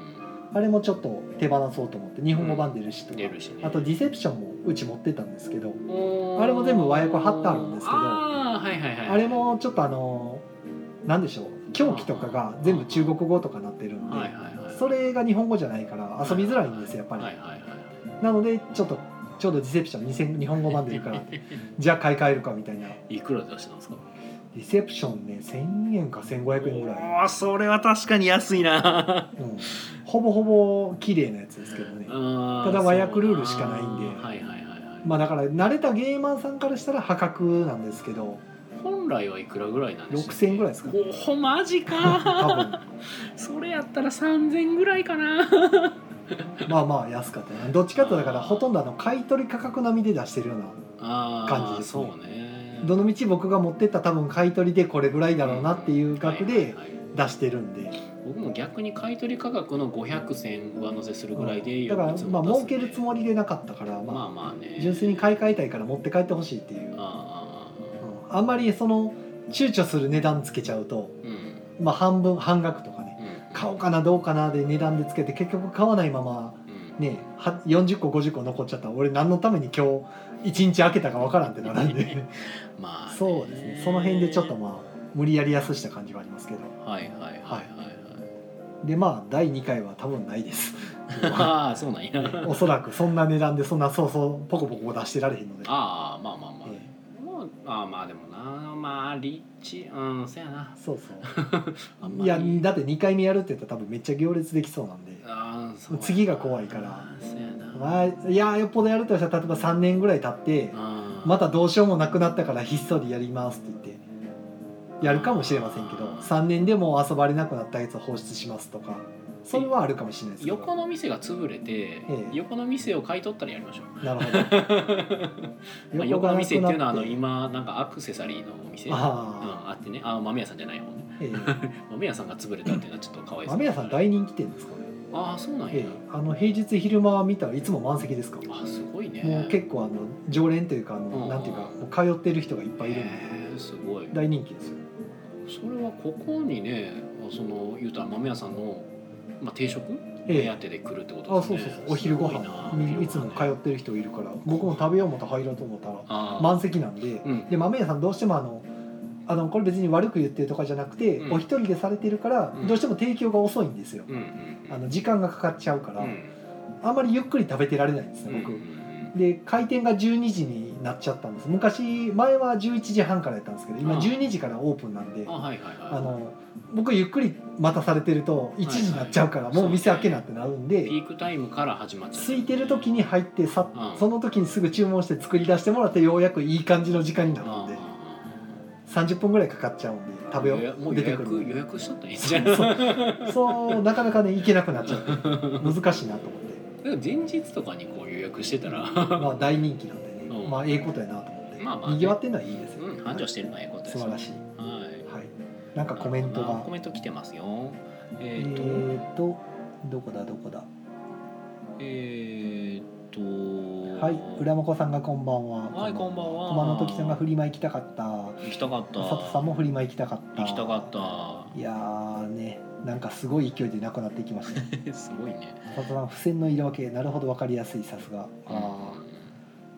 Speaker 2: あれもちょっと手放そうと思って日本語版出るしとか、
Speaker 1: 出るしね。
Speaker 2: あとディセプションもうち持ってたんですけど、
Speaker 1: おー
Speaker 2: あれも全部和訳貼ってあるんですけど
Speaker 1: あーはいはいはい。
Speaker 2: あれもちょっとあのなんでしょう狂気とかが全部中国語とかなってるんで、
Speaker 1: はいはいはい。
Speaker 2: それが日本語じゃないから遊びづらいんですよやっぱり、
Speaker 1: はいはいはい。
Speaker 2: なのでちょっとちょうどディセプション2000日本語版出る からじゃあ買い替えるかみたいない
Speaker 1: くらで出してたんですか。
Speaker 2: ディセプションね1000円か1500円ぐらい、
Speaker 1: あそれは確かに安いな。
Speaker 2: うん、ほぼほぼ綺麗なやつですけどね
Speaker 1: た
Speaker 2: ただ和訳ルールしかないんで
Speaker 1: はいはいはいはい。
Speaker 2: まあだから慣れたゲーマーさんからしたら破格なんですけど
Speaker 1: 本来はいくらぐらいなんでしたっけ
Speaker 2: 6000円ぐらいですか
Speaker 1: おほマジ
Speaker 2: 多
Speaker 1: か
Speaker 2: 分
Speaker 1: それやったら3000ぐらいかな
Speaker 2: まあまあ安かったねどっちかっていうとだからほとんどあの買い取り価格並みで出してるような
Speaker 1: あー
Speaker 2: 感じです
Speaker 1: そう
Speaker 2: ね
Speaker 1: ね
Speaker 2: どのみち僕が持ってった多分買い取りでこれぐらいだろうなっていう額
Speaker 1: はい
Speaker 2: で
Speaker 1: はいはい
Speaker 2: 出してるんで
Speaker 1: 僕も逆に買い取り価格の500銭上乗せするぐらいで
Speaker 2: だから
Speaker 1: いつ
Speaker 2: まあ
Speaker 1: も出す
Speaker 2: 儲
Speaker 1: んで
Speaker 2: けるつもりでなかったから
Speaker 1: まあ
Speaker 2: ま
Speaker 1: まあね
Speaker 2: あ純粋に買い替えたいから持って帰ってほしいっていう
Speaker 1: あー
Speaker 2: うんあんまりその躊躇する値段つけちゃうと
Speaker 1: うん
Speaker 2: まあ半分半額とかね
Speaker 1: うん
Speaker 2: 買おうかなどうかなで値段でつけて結局買わないまま
Speaker 1: うん
Speaker 2: ねは40個50個残っちゃったら俺何のために今日1日開けたかわからんってなるんで。
Speaker 1: まあね
Speaker 2: そうですね。その辺でちょっとまあ無理やり安した感じはありますけど。
Speaker 1: はいはいはいはいはい
Speaker 2: でまあ第2回は多分ないです。
Speaker 1: ああそうなんや
Speaker 2: おそらくそんな値段でそんなそうそうポコポコ出してられへんので。
Speaker 1: ああまあまあまあ、
Speaker 2: え
Speaker 1: もうあーまあでもなまあリッチうんそやな
Speaker 2: えそうそ
Speaker 1: あん
Speaker 2: う。
Speaker 1: ま
Speaker 2: いや
Speaker 1: り
Speaker 2: だって2回目やるって言ったら多分めっちゃ行列できそうなんで。
Speaker 1: あーそうやな
Speaker 2: 次が怖いから
Speaker 1: あーそうやな
Speaker 2: まあいやよっぽどやるとしたら例えば3年ぐらい経って
Speaker 1: あー
Speaker 2: またどうしようもなくなったからひっそりやりますって言って。やるかもしれませんけど3年でも遊ばれなくなったやつを放出しますとかそれはあるかもしれないですけど
Speaker 1: 横の店が潰れて、
Speaker 2: え
Speaker 1: 横の店を買い取ったらやりま しょう
Speaker 2: なるほ ど
Speaker 1: まあ、横の店っていうのはあの
Speaker 2: 横がなくな
Speaker 1: 今なんかアクセサリーのお店うん、
Speaker 2: あ
Speaker 1: あってねあ豆屋さんじゃないもんね
Speaker 2: あ、ええ
Speaker 1: 豆屋さんが潰れたっていうのはちょっとかわいそう
Speaker 2: 豆屋さん大人気店ですかね。
Speaker 1: ああそうなんや、
Speaker 2: ええ、あの平日昼間見たらいつも満席ですか。も
Speaker 1: あすごいね
Speaker 2: う結構あの常連というかあ
Speaker 1: う
Speaker 2: の
Speaker 1: ん
Speaker 2: なんていうかもう通ってる人がいっぱいいるんで
Speaker 1: へーすごい
Speaker 2: 大人気ですよ。
Speaker 1: それはここにねその言うたら豆屋さんの、まあ、定食目
Speaker 2: ええ
Speaker 1: 当。てで来るってこ
Speaker 2: あ、
Speaker 1: とです
Speaker 2: そう
Speaker 1: ね
Speaker 2: そうそう。お昼ご飯
Speaker 1: すごいな
Speaker 2: にいつも通ってる人いるから、僕も食べようもと入ろうと思ったら
Speaker 1: あー
Speaker 2: 満席なんで、
Speaker 1: うん
Speaker 2: で豆屋さんどうしてもあの。あのこれ別に悪く言ってるとかじゃなくて、
Speaker 1: うん
Speaker 2: お一人でされてるから
Speaker 1: うん
Speaker 2: どうしても提供が遅いんですよ、
Speaker 1: うんうんうん
Speaker 2: あの時間がかかっちゃうから、
Speaker 1: うん
Speaker 2: あんまりゆっくり食べてられないんですね、
Speaker 1: う
Speaker 2: 僕、
Speaker 1: ん
Speaker 2: で開店が12時になっちゃったんです昔前は11時半からやったんですけど
Speaker 1: あ
Speaker 2: 今
Speaker 1: あ
Speaker 2: 12時からオープンなんで
Speaker 1: あはいはいはい
Speaker 2: あの僕ゆっくり待たされてると1時になっちゃうから、
Speaker 1: はいはい
Speaker 2: もう店開けなってなるんで
Speaker 1: ピークタイムから始まっちゃう
Speaker 2: 空いてる時に入ってさ、
Speaker 1: うん
Speaker 2: その時にすぐ注文して作り出してもらってようやくいい感じの時間になるんで30分ぐらいかかっちゃうんで食べ
Speaker 1: よ
Speaker 2: よ
Speaker 1: うやも
Speaker 2: う
Speaker 1: う
Speaker 2: 出
Speaker 1: 予
Speaker 2: てく
Speaker 1: 約
Speaker 2: る
Speaker 1: 予約しとったらいいん じゃない
Speaker 2: そうなかなかね行けなくなっち ゃって難しいなと思って
Speaker 1: でも前日とかにこう予約して たらう
Speaker 2: まあ大人気なんでね、
Speaker 1: うん
Speaker 2: まあええことやなと思って、
Speaker 1: まあまあね
Speaker 2: にぎわってるのはいいですよ、
Speaker 1: ん繁盛してるのはええことです
Speaker 2: 素晴らしい
Speaker 1: は
Speaker 2: はい、なんか
Speaker 1: い
Speaker 2: コメントが
Speaker 1: コ。メント来てますよ
Speaker 2: え
Speaker 1: えっ、
Speaker 2: ー
Speaker 1: と、
Speaker 2: と、どこだどこだ。
Speaker 1: えー、と
Speaker 2: はい、浦真子さんがこんばんは。
Speaker 1: はいこんばんは
Speaker 2: 駒の時さんがフリマ行きたかった。
Speaker 1: 行きたかった
Speaker 2: 佐藤さんもフリマ行きたかった。
Speaker 1: 行きたかっ
Speaker 2: いやーね、なんかすごい勢いでなくなっていき ました。
Speaker 1: た すごいね
Speaker 2: 佐藤さん、付箋の色分け、なるほどわかりやすい、さすが。あ
Speaker 1: うん
Speaker 2: ー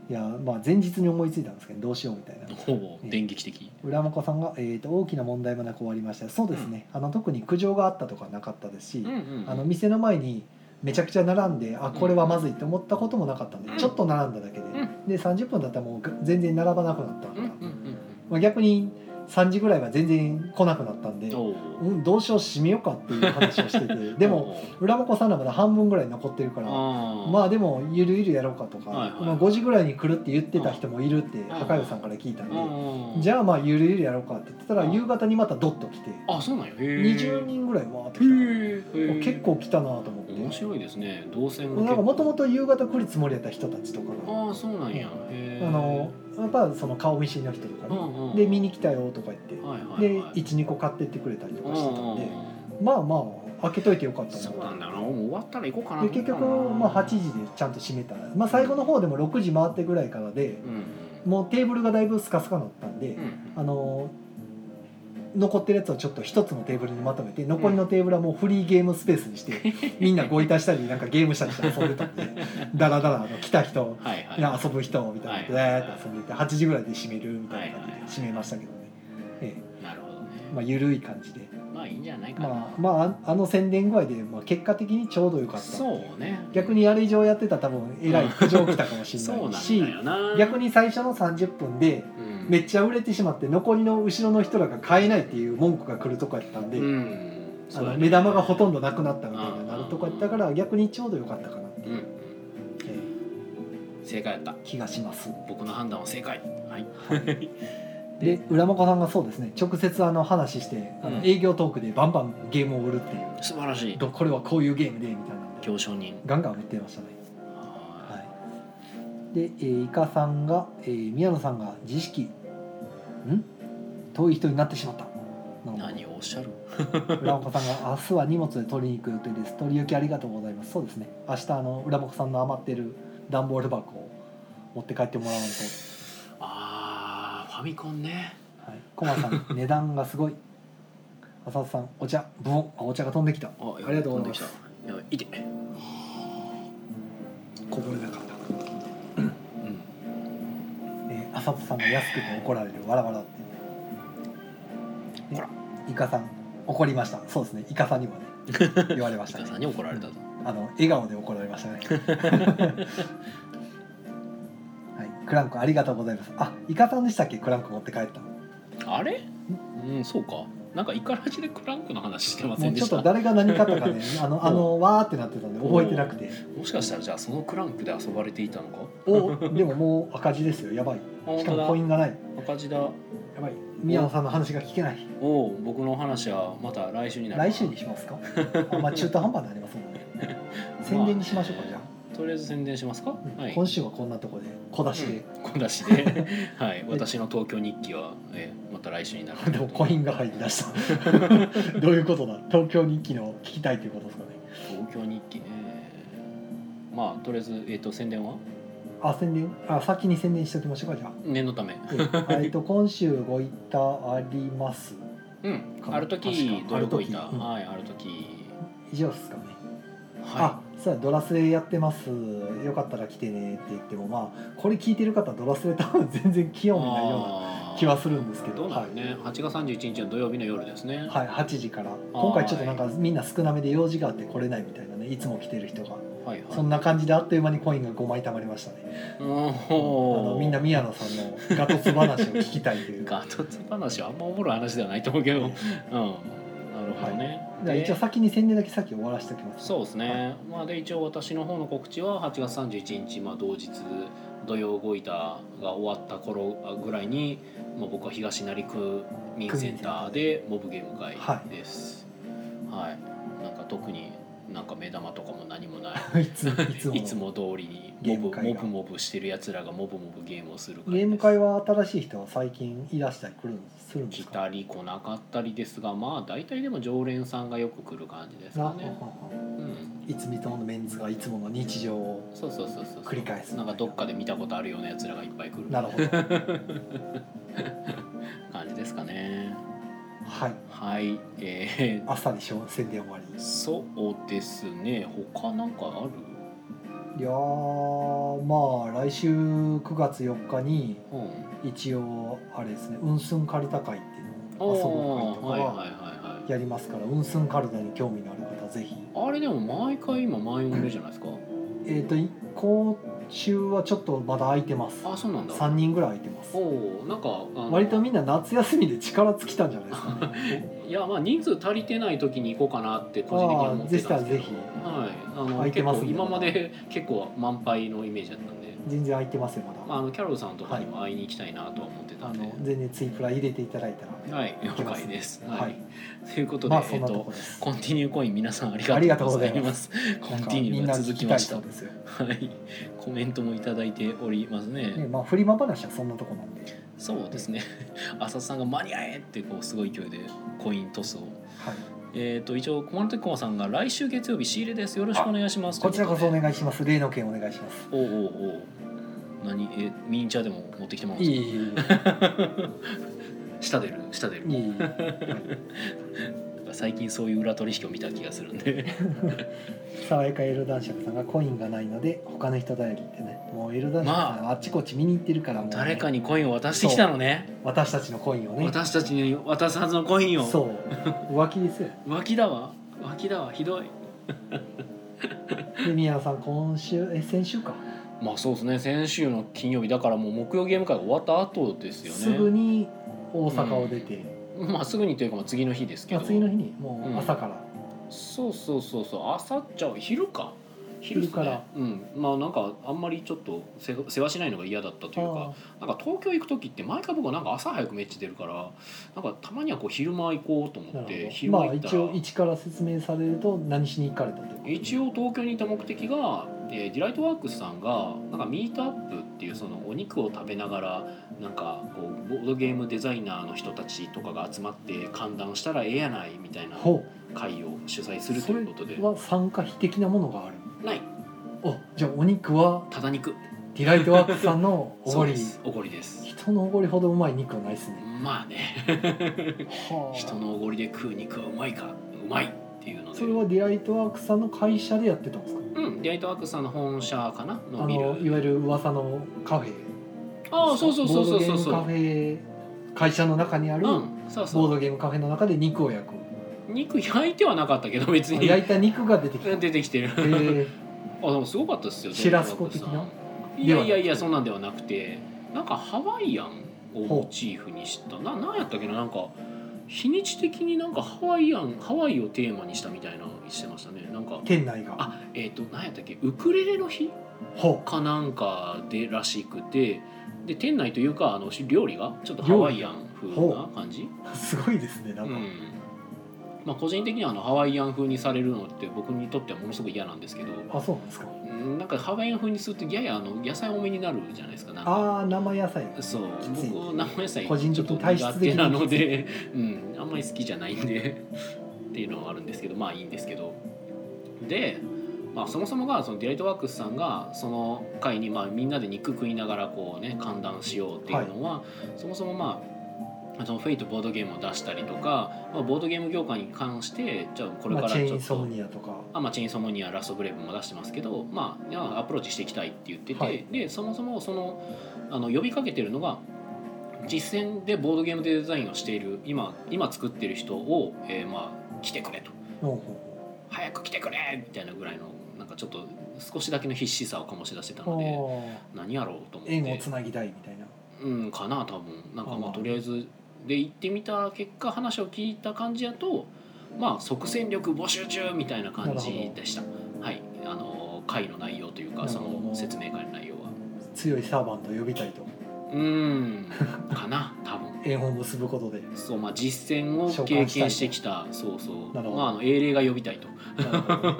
Speaker 2: いやー、まあ前日に思いついたんですけど、どうしようみたいな。
Speaker 1: ほぼ電撃的、
Speaker 2: 浦真子さんが、えー、と大きな問題もなく終わりましたそうですね、あの特に苦情があったとかなかったですし、
Speaker 1: うんうんうん
Speaker 2: あの店の前にめちゃくちゃ並んであこれはまずいって思ったこともなかったんで、
Speaker 1: うん
Speaker 2: ちょっと並んだだけで、
Speaker 1: ん
Speaker 2: で30分だったらもうが全然並ばなくなったとか、
Speaker 1: うんうん
Speaker 2: まあ、逆に3時ぐらいは全然来なくなったんで
Speaker 1: うん、おう
Speaker 2: うん、どうしよう閉めようかっていう話をしててでも裏箱さんらまだ半分ぐらい残ってるから
Speaker 1: あー
Speaker 2: まあでもゆるゆるやろうかとか、
Speaker 1: はいはい
Speaker 2: まあ、5時ぐらいに来るって言ってた人もいるって破壊王さんから聞いたんで、
Speaker 1: うん
Speaker 2: じゃあまあゆるゆるやろうかって言ってたら
Speaker 1: うん
Speaker 2: 夕方にまたドッと来て
Speaker 1: あそうなんやへー
Speaker 2: 20人ぐらいわーって
Speaker 1: へ
Speaker 2: 来た
Speaker 1: ー
Speaker 2: 結構来たなと思
Speaker 1: 面
Speaker 2: って
Speaker 1: 白いですね動線が
Speaker 2: なんかもとも
Speaker 1: と
Speaker 2: と夕方来るつもりやった人たちとかが
Speaker 1: ああそうなんやへ
Speaker 2: あ
Speaker 1: ー
Speaker 2: のやっぱその顔見知りの人とか
Speaker 1: う
Speaker 2: ね、
Speaker 1: んうん
Speaker 2: で見に来たよとか言って、
Speaker 1: はいはいはい
Speaker 2: で12個買ってってくれたりと
Speaker 1: うん
Speaker 2: かしてたんで、
Speaker 1: うん
Speaker 2: まあまあ開けといてよかった
Speaker 1: そうなん
Speaker 2: な
Speaker 1: だよなもう終わったら行こうかな
Speaker 2: で
Speaker 1: と思
Speaker 2: 結
Speaker 1: ったな
Speaker 2: 局まあ8時でちゃんと閉めたら、まあ、最後の方でも6時回ってぐらいからで
Speaker 1: うん
Speaker 2: もうテーブルがだいぶスカスカだったん
Speaker 1: う
Speaker 2: で
Speaker 1: んう、ん
Speaker 2: あの残ってるやつをちょっと一つのテーブルにまとめて残りのテーブルはもうフリーゲームスペースにして、 みんなごいたしたりなんかゲームしたりして遊んでたんでダラダラあの来た人
Speaker 1: はいはい
Speaker 2: いや遊ぶ人みたいなで、
Speaker 1: はい
Speaker 2: わーって遊んでて8時ぐらいで閉めるみたいな感じで閉めましたけどね、え
Speaker 1: なるほどね
Speaker 2: えまあ、緩い感じで、
Speaker 1: まあいいんじゃないかな
Speaker 2: まあ、まああの宣伝具合で、まあ、結果的にちょうどよかった
Speaker 1: そうね
Speaker 2: 逆にあれ以上やってたら多分えらい苦情来たかもしれ
Speaker 1: そうない
Speaker 2: な
Speaker 1: ん
Speaker 2: し
Speaker 1: だよな
Speaker 2: 逆に最初の30分で
Speaker 1: うん
Speaker 2: めっちゃ売れてしまって残りの後ろの人らが買えないっていう文句が来るとこやったんで、
Speaker 1: うん
Speaker 2: あ
Speaker 1: そうだ
Speaker 2: の
Speaker 1: ね
Speaker 2: 目玉がほとんどなくなったみたいになるとこやったから逆にちょうどよかったかなって
Speaker 1: う
Speaker 2: いうん
Speaker 1: 正解やった
Speaker 2: 気がします。
Speaker 1: 僕の判断は正解はい
Speaker 2: で浦本さんがそうですね直接あの話してあ
Speaker 1: うん
Speaker 2: の営業トークでバンバンゲームを売るっていう、
Speaker 1: 素晴らしい
Speaker 2: どこれはこういうゲームでみたいなんで
Speaker 1: 行商人
Speaker 2: ガンガン売ってましたね。は、
Speaker 1: はい
Speaker 2: で、えー、イカさんが、えー宮野さんが自意識ん遠い人になってしまった。
Speaker 1: い何をおっしゃる
Speaker 2: 浦岡さんが「明日は荷物で取りに行く予定です取り置きありがとうございます」そうですね明日あの浦岡さんの余ってる段ボール箱を持って帰ってもらわないと、
Speaker 1: あーファミコンね
Speaker 2: はい、コマさん値段がすごい浅田さんお茶ブオンあお茶が飛んできた
Speaker 1: あやばい
Speaker 2: ありがとうございます
Speaker 1: 飛んできたやばいいて
Speaker 2: こぼれなかった、
Speaker 1: うん
Speaker 2: えー、浅田さんが安くて怒られるわらわらって
Speaker 1: ほら
Speaker 2: イカさん怒りましたそうですねイカさんに もね言われま
Speaker 1: イ
Speaker 2: した
Speaker 1: カ
Speaker 2: ね
Speaker 1: さんに怒られたと
Speaker 2: あの笑顔で怒られましたね。 はい、クランクありがとうございます。あ、イカさんでしたっけ、クランク持って帰ったの。
Speaker 1: あれうんそうかなんかイカラジでクランクの話してませ
Speaker 2: もうん
Speaker 1: で
Speaker 2: ちょっ
Speaker 1: した
Speaker 2: と誰が何買ったかね、あの、あの、わーってなってたんで、覚えてなくて。
Speaker 1: もしかしたらじゃあそのクランクで遊ばれていたのか
Speaker 2: お、でも、もう赤字ですよ、やばい。
Speaker 1: あ本
Speaker 2: しか
Speaker 1: 当
Speaker 2: もコイ
Speaker 1: だ
Speaker 2: ンがない。
Speaker 1: 赤字だお
Speaker 2: やばい。宮野さんの話が聞けない。
Speaker 1: おう僕の話はまた来週になる
Speaker 2: 来週にしますか。あまあ、中途半端になりますので、 宣伝にしましょうか、じゃあ。
Speaker 1: とりあえず宣伝しますか、
Speaker 2: うん
Speaker 1: はい
Speaker 2: 今週はこんなとこで、小出しで。
Speaker 1: うん小出し ではい私の東京日記は、えまた来週になる
Speaker 2: でもコインが入り出 した。どういうことだ。東京日記の聞きたいということですかね。
Speaker 1: 東京日記ねまあとりあえず、えー、と宣伝は
Speaker 2: あ宣伝あ先に宣伝しておきましょうかじゃあ
Speaker 1: 念のため
Speaker 2: え ええっと今週ごいたあります
Speaker 1: うん
Speaker 2: か
Speaker 1: ある時
Speaker 2: 確か
Speaker 1: どれこいた
Speaker 2: ある時うん
Speaker 1: はいある時
Speaker 2: 以上ですかね、あ
Speaker 1: は
Speaker 2: そうだドラスレやってますよかったら来てねって言ってもまあこれ聞いてる方ドラスレ多分全然器
Speaker 1: い
Speaker 2: 用にないような気はするんですけ
Speaker 1: けど
Speaker 2: ど
Speaker 1: うなるね、8月31日の土曜日の夜ですね、
Speaker 2: はい、はい、8時から今回ちょっとなんかみんな少なめで用事があって来れないみたいなねいつも来てる人が
Speaker 1: はいはい
Speaker 2: そんな感じであっという間にコインが5枚貯まりましたねあ
Speaker 1: お
Speaker 2: の
Speaker 1: ー
Speaker 2: みんな宮野さんのガトツ話を聞きたいという
Speaker 1: ガトツ話はあんまおもろい話ではないと思うけどうんなるほどね、
Speaker 2: じゃあ
Speaker 1: で
Speaker 2: 一応先に宣伝だけ先終わらせておきます
Speaker 1: そうですね、まあ、で一応私の方の告知は8月31日、まあ、同日土曜ゴイタが終わった頃ぐらいに、まあ、僕は東成区民センターでモブゲーム会ですはい、なんか特になんか目玉とかも何もない
Speaker 2: い ついつもの
Speaker 1: いつも通りに
Speaker 2: ゲー
Speaker 1: モ
Speaker 2: ム
Speaker 1: ブ
Speaker 2: 会
Speaker 1: モ
Speaker 2: が
Speaker 1: ブモブしてるやつらがモブモブゲームをする
Speaker 2: ゲーム会は新しい人は最近いらしたり来るんでするんで
Speaker 1: 来
Speaker 2: すか
Speaker 1: たり来なかったりですがまあ大体でも常連さんがよく来る感じです
Speaker 2: な
Speaker 1: かね、うん、
Speaker 2: いつものメンズがいつもの日常を
Speaker 1: そうそうそうそう
Speaker 2: 繰り返す
Speaker 1: なんかどっかで見たことあるようなやつらがいっぱい来る
Speaker 2: なるほ ど
Speaker 1: 感じですかね
Speaker 2: はい
Speaker 1: はいえ
Speaker 2: あっさりしょ宣伝終わ
Speaker 1: ー、そうですね他なんかある
Speaker 2: りいやーまあ来週9月4日に
Speaker 1: うん
Speaker 2: 一応あれですね「うんすんかるた会」っていうのを
Speaker 1: お
Speaker 2: 遊ぶ会
Speaker 1: ー
Speaker 2: とか
Speaker 1: はいはい
Speaker 2: は
Speaker 1: はいは
Speaker 2: やりますから「うんすんかるた」に興味のある方はぜひ
Speaker 1: あれでも毎回今満員御礼じゃないですか
Speaker 2: えっ、とい今週はちょっとまだ空いてます
Speaker 1: あそうなんだ
Speaker 2: 3人ぐらい空いてます
Speaker 1: おおなんかあの
Speaker 2: 割とみんな夏休みで力尽きたんじゃないですかね
Speaker 1: いやまあ人数足りてない時に行こうかなって 個人的には思ってたんですけど
Speaker 2: あー
Speaker 1: はいあの
Speaker 2: 空いてます
Speaker 1: 結構今まで 結構満杯のイメージだったんで、
Speaker 2: 全然空いてますよまだ、
Speaker 1: まあ、あのキャロルさんとかにも会いに行きたいなとは思ってた
Speaker 2: あ
Speaker 1: んで、
Speaker 2: の全然ツイプラ入れていただいたら
Speaker 1: はい
Speaker 2: 行け
Speaker 1: 了
Speaker 2: ます
Speaker 1: 解です、
Speaker 2: は
Speaker 1: はいいということで、
Speaker 2: まあそ
Speaker 1: え
Speaker 2: ん
Speaker 1: っ
Speaker 2: なと
Speaker 1: と
Speaker 2: こです、
Speaker 1: コンティニューコイン皆さんあ
Speaker 2: あり
Speaker 1: り
Speaker 2: が
Speaker 1: が
Speaker 2: と
Speaker 1: とうご
Speaker 2: うござ
Speaker 1: ざ
Speaker 2: い
Speaker 1: い
Speaker 2: ま
Speaker 1: ますコンティニューが続きました
Speaker 2: なんかみんな聞きい人ですよ、
Speaker 1: はいコメントもいただいておりますね
Speaker 2: ねまあ、フリマ話はそんなとこなんで、
Speaker 1: そうですね 浅田さんが「間に合え!」ってこうすごい勢いでコイントスを
Speaker 2: はい、
Speaker 1: えっ、と一応小丸時駒さんが「来週月曜日仕入れですよろしくお願いします」
Speaker 2: こちらこそ
Speaker 1: とい
Speaker 2: お
Speaker 1: う
Speaker 2: 願いします例の件お願いします
Speaker 1: とでおうおうおう何えミンチャでも持ってきてもらうん
Speaker 2: い
Speaker 1: で
Speaker 2: いいいい
Speaker 1: す
Speaker 2: い
Speaker 1: か舌出る舌出る
Speaker 2: いい
Speaker 1: 最近そういう裏取引を見た気がするんで
Speaker 2: 爽やかエロ男爵さんがコインがないので他の人頼りってねもうエロ男爵さんはあっちこっち見に行ってるからもう ね、
Speaker 1: 誰かにコインを渡してきたのね
Speaker 2: 私たちのコインをね
Speaker 1: 私たちに渡すはずのコインを
Speaker 2: そう浮気ですよ
Speaker 1: 浮気だわ浮気だわひどい
Speaker 2: で宮野さん今週え先週か
Speaker 1: まあそうですね先週の金曜日だからもう木曜ゲーム会が終わった後ですよね
Speaker 2: すぐに大阪を出て、
Speaker 1: まあすぐにというかまあ次の日ですけ
Speaker 2: ま
Speaker 1: ど
Speaker 2: あ、次の日にもう朝から、
Speaker 1: そうそうそうそう朝っちゃう昼か昼,、
Speaker 2: 昼から
Speaker 1: うんまあなんかあんまりちょっとせ世話しないのが嫌だったという
Speaker 2: あ
Speaker 1: かなんか東京行く時って毎回僕はなんか朝早くめっちゃ出るからなんかたまにはこう昼間行こうと
Speaker 2: ーな
Speaker 1: 思っ
Speaker 2: るほど
Speaker 1: て昼
Speaker 2: ま
Speaker 1: 間
Speaker 2: あ
Speaker 1: 行った
Speaker 2: 一
Speaker 1: ら、
Speaker 2: 応一から説明されると何しに行かれたということで
Speaker 1: 一応東京にいた目的が、えーディライトワークスさんがなんかミートアップっていうそのお肉を食べながらなんかこうボードゲームデザイナーの人たちとかが集まって歓談したらええやないみたいな
Speaker 2: ほ
Speaker 1: 会を主催
Speaker 2: う
Speaker 1: するということで
Speaker 2: それは参加費的なものがある
Speaker 1: ない
Speaker 2: おじゃあお肉は
Speaker 1: ただ肉
Speaker 2: ディライトワークさんのおご
Speaker 1: そう
Speaker 2: り
Speaker 1: ですおごりです
Speaker 2: 人のおごりほどうまい肉はないですね
Speaker 1: まあね
Speaker 2: はあ
Speaker 1: 人のおごりで食う肉はうまいかうまいっていうので
Speaker 2: それはディライトワークさんの会社でやってたんですか
Speaker 1: うんディライトワークスさんの本社かな
Speaker 2: あ
Speaker 1: のビル
Speaker 2: のいわゆる噂のカフェ
Speaker 1: ああそうそうそうそうそう
Speaker 2: ボードゲーム
Speaker 1: そ
Speaker 2: カフ
Speaker 1: う
Speaker 2: ェ会社の中にあ
Speaker 1: う
Speaker 2: るボ
Speaker 1: んそう
Speaker 2: ー
Speaker 1: そう
Speaker 2: ドゲームカフェの中で肉を焼く
Speaker 1: 肉焼いてはなかったけど別に
Speaker 2: 焼いた肉が出てきた
Speaker 1: 出てきてる、
Speaker 2: えー
Speaker 1: あでもすごかったですよ
Speaker 2: シラスコ的な
Speaker 1: デイライトワークさんいやいやいやそんなんではなくてなんかハワイアンをモチーフにしたななんやったっけななんか日にち的になんかハワイアンハワイをテーマにしたみたいなしてましたねなんか
Speaker 2: 店内が
Speaker 1: あえっ、となんやったっけウクレレの日
Speaker 2: ほ
Speaker 1: かなんかでらしくてで店内というかあの料理がちょっとハワイアン風な感じ
Speaker 2: うすごいですねな
Speaker 1: うん
Speaker 2: か、
Speaker 1: んまあ個人的にはあのハワイアン風にされるのって僕にとってはものすごい嫌なんですけど
Speaker 2: あそうなんですか
Speaker 1: うんなんかハワイアン風にするとややあの野菜多めになるじゃないですかなんか
Speaker 2: ああ生野菜
Speaker 1: そう
Speaker 2: きつい
Speaker 1: 僕生野菜
Speaker 2: 個人
Speaker 1: ちょ
Speaker 2: 的
Speaker 1: っと
Speaker 2: に体
Speaker 1: 苦
Speaker 2: 質的に
Speaker 1: 手なので、うん、あんまり好きじゃないんで っていうのはあるんですけどまあいいんですけどで、まあ、そもそもがそのディライトワークスさんがその会にまあみんなで肉食いながらこうね歓談しようっていうのは、そもそもまあそのフェイトボードゲームを出したりとか、まあ、ボードゲーム業界に関してじゃあこれ
Speaker 2: ま
Speaker 1: か
Speaker 2: あ、
Speaker 1: ら
Speaker 2: チ
Speaker 1: ちょっと、
Speaker 2: ェーンソムニアとか
Speaker 1: あまあ、チェーンソムニアラストブレイブも出してますけど、まあいや、アプローチしていきたいって言ってて、
Speaker 2: はい
Speaker 1: でそもそもそのあの呼びかけてるのが実践でボードゲームデザインをしている今今作ってる人を、えーまあ、来てくれと
Speaker 2: ほうほ
Speaker 1: 早く来てくれみたいなぐらいのなんかちょっと少しだけの必死さを醸し出してた
Speaker 2: う
Speaker 1: ので
Speaker 2: ほうあ
Speaker 1: 何やろうと思っ
Speaker 2: ー縁を
Speaker 1: て
Speaker 2: つ、なぎたいみたいな
Speaker 1: うん、かな多分なんかま
Speaker 2: あ
Speaker 1: あ
Speaker 2: ー
Speaker 1: とりあえずで行ってみた結果話を聞いた感じやとまあ即戦力募集中みたいな感じでしたはいあの会の内容という
Speaker 2: な
Speaker 1: か
Speaker 2: る
Speaker 1: そ
Speaker 2: ほど
Speaker 1: の説明会の内容は
Speaker 2: 強いサーバントを呼びたいと
Speaker 1: うーんかな 多分
Speaker 2: 縁を結ぶこ とで
Speaker 1: そうまあ実践を
Speaker 2: 召喚したい
Speaker 1: 経験してきたそうそう
Speaker 2: なるほど
Speaker 1: まああの英霊が呼びたいと
Speaker 2: なるほどは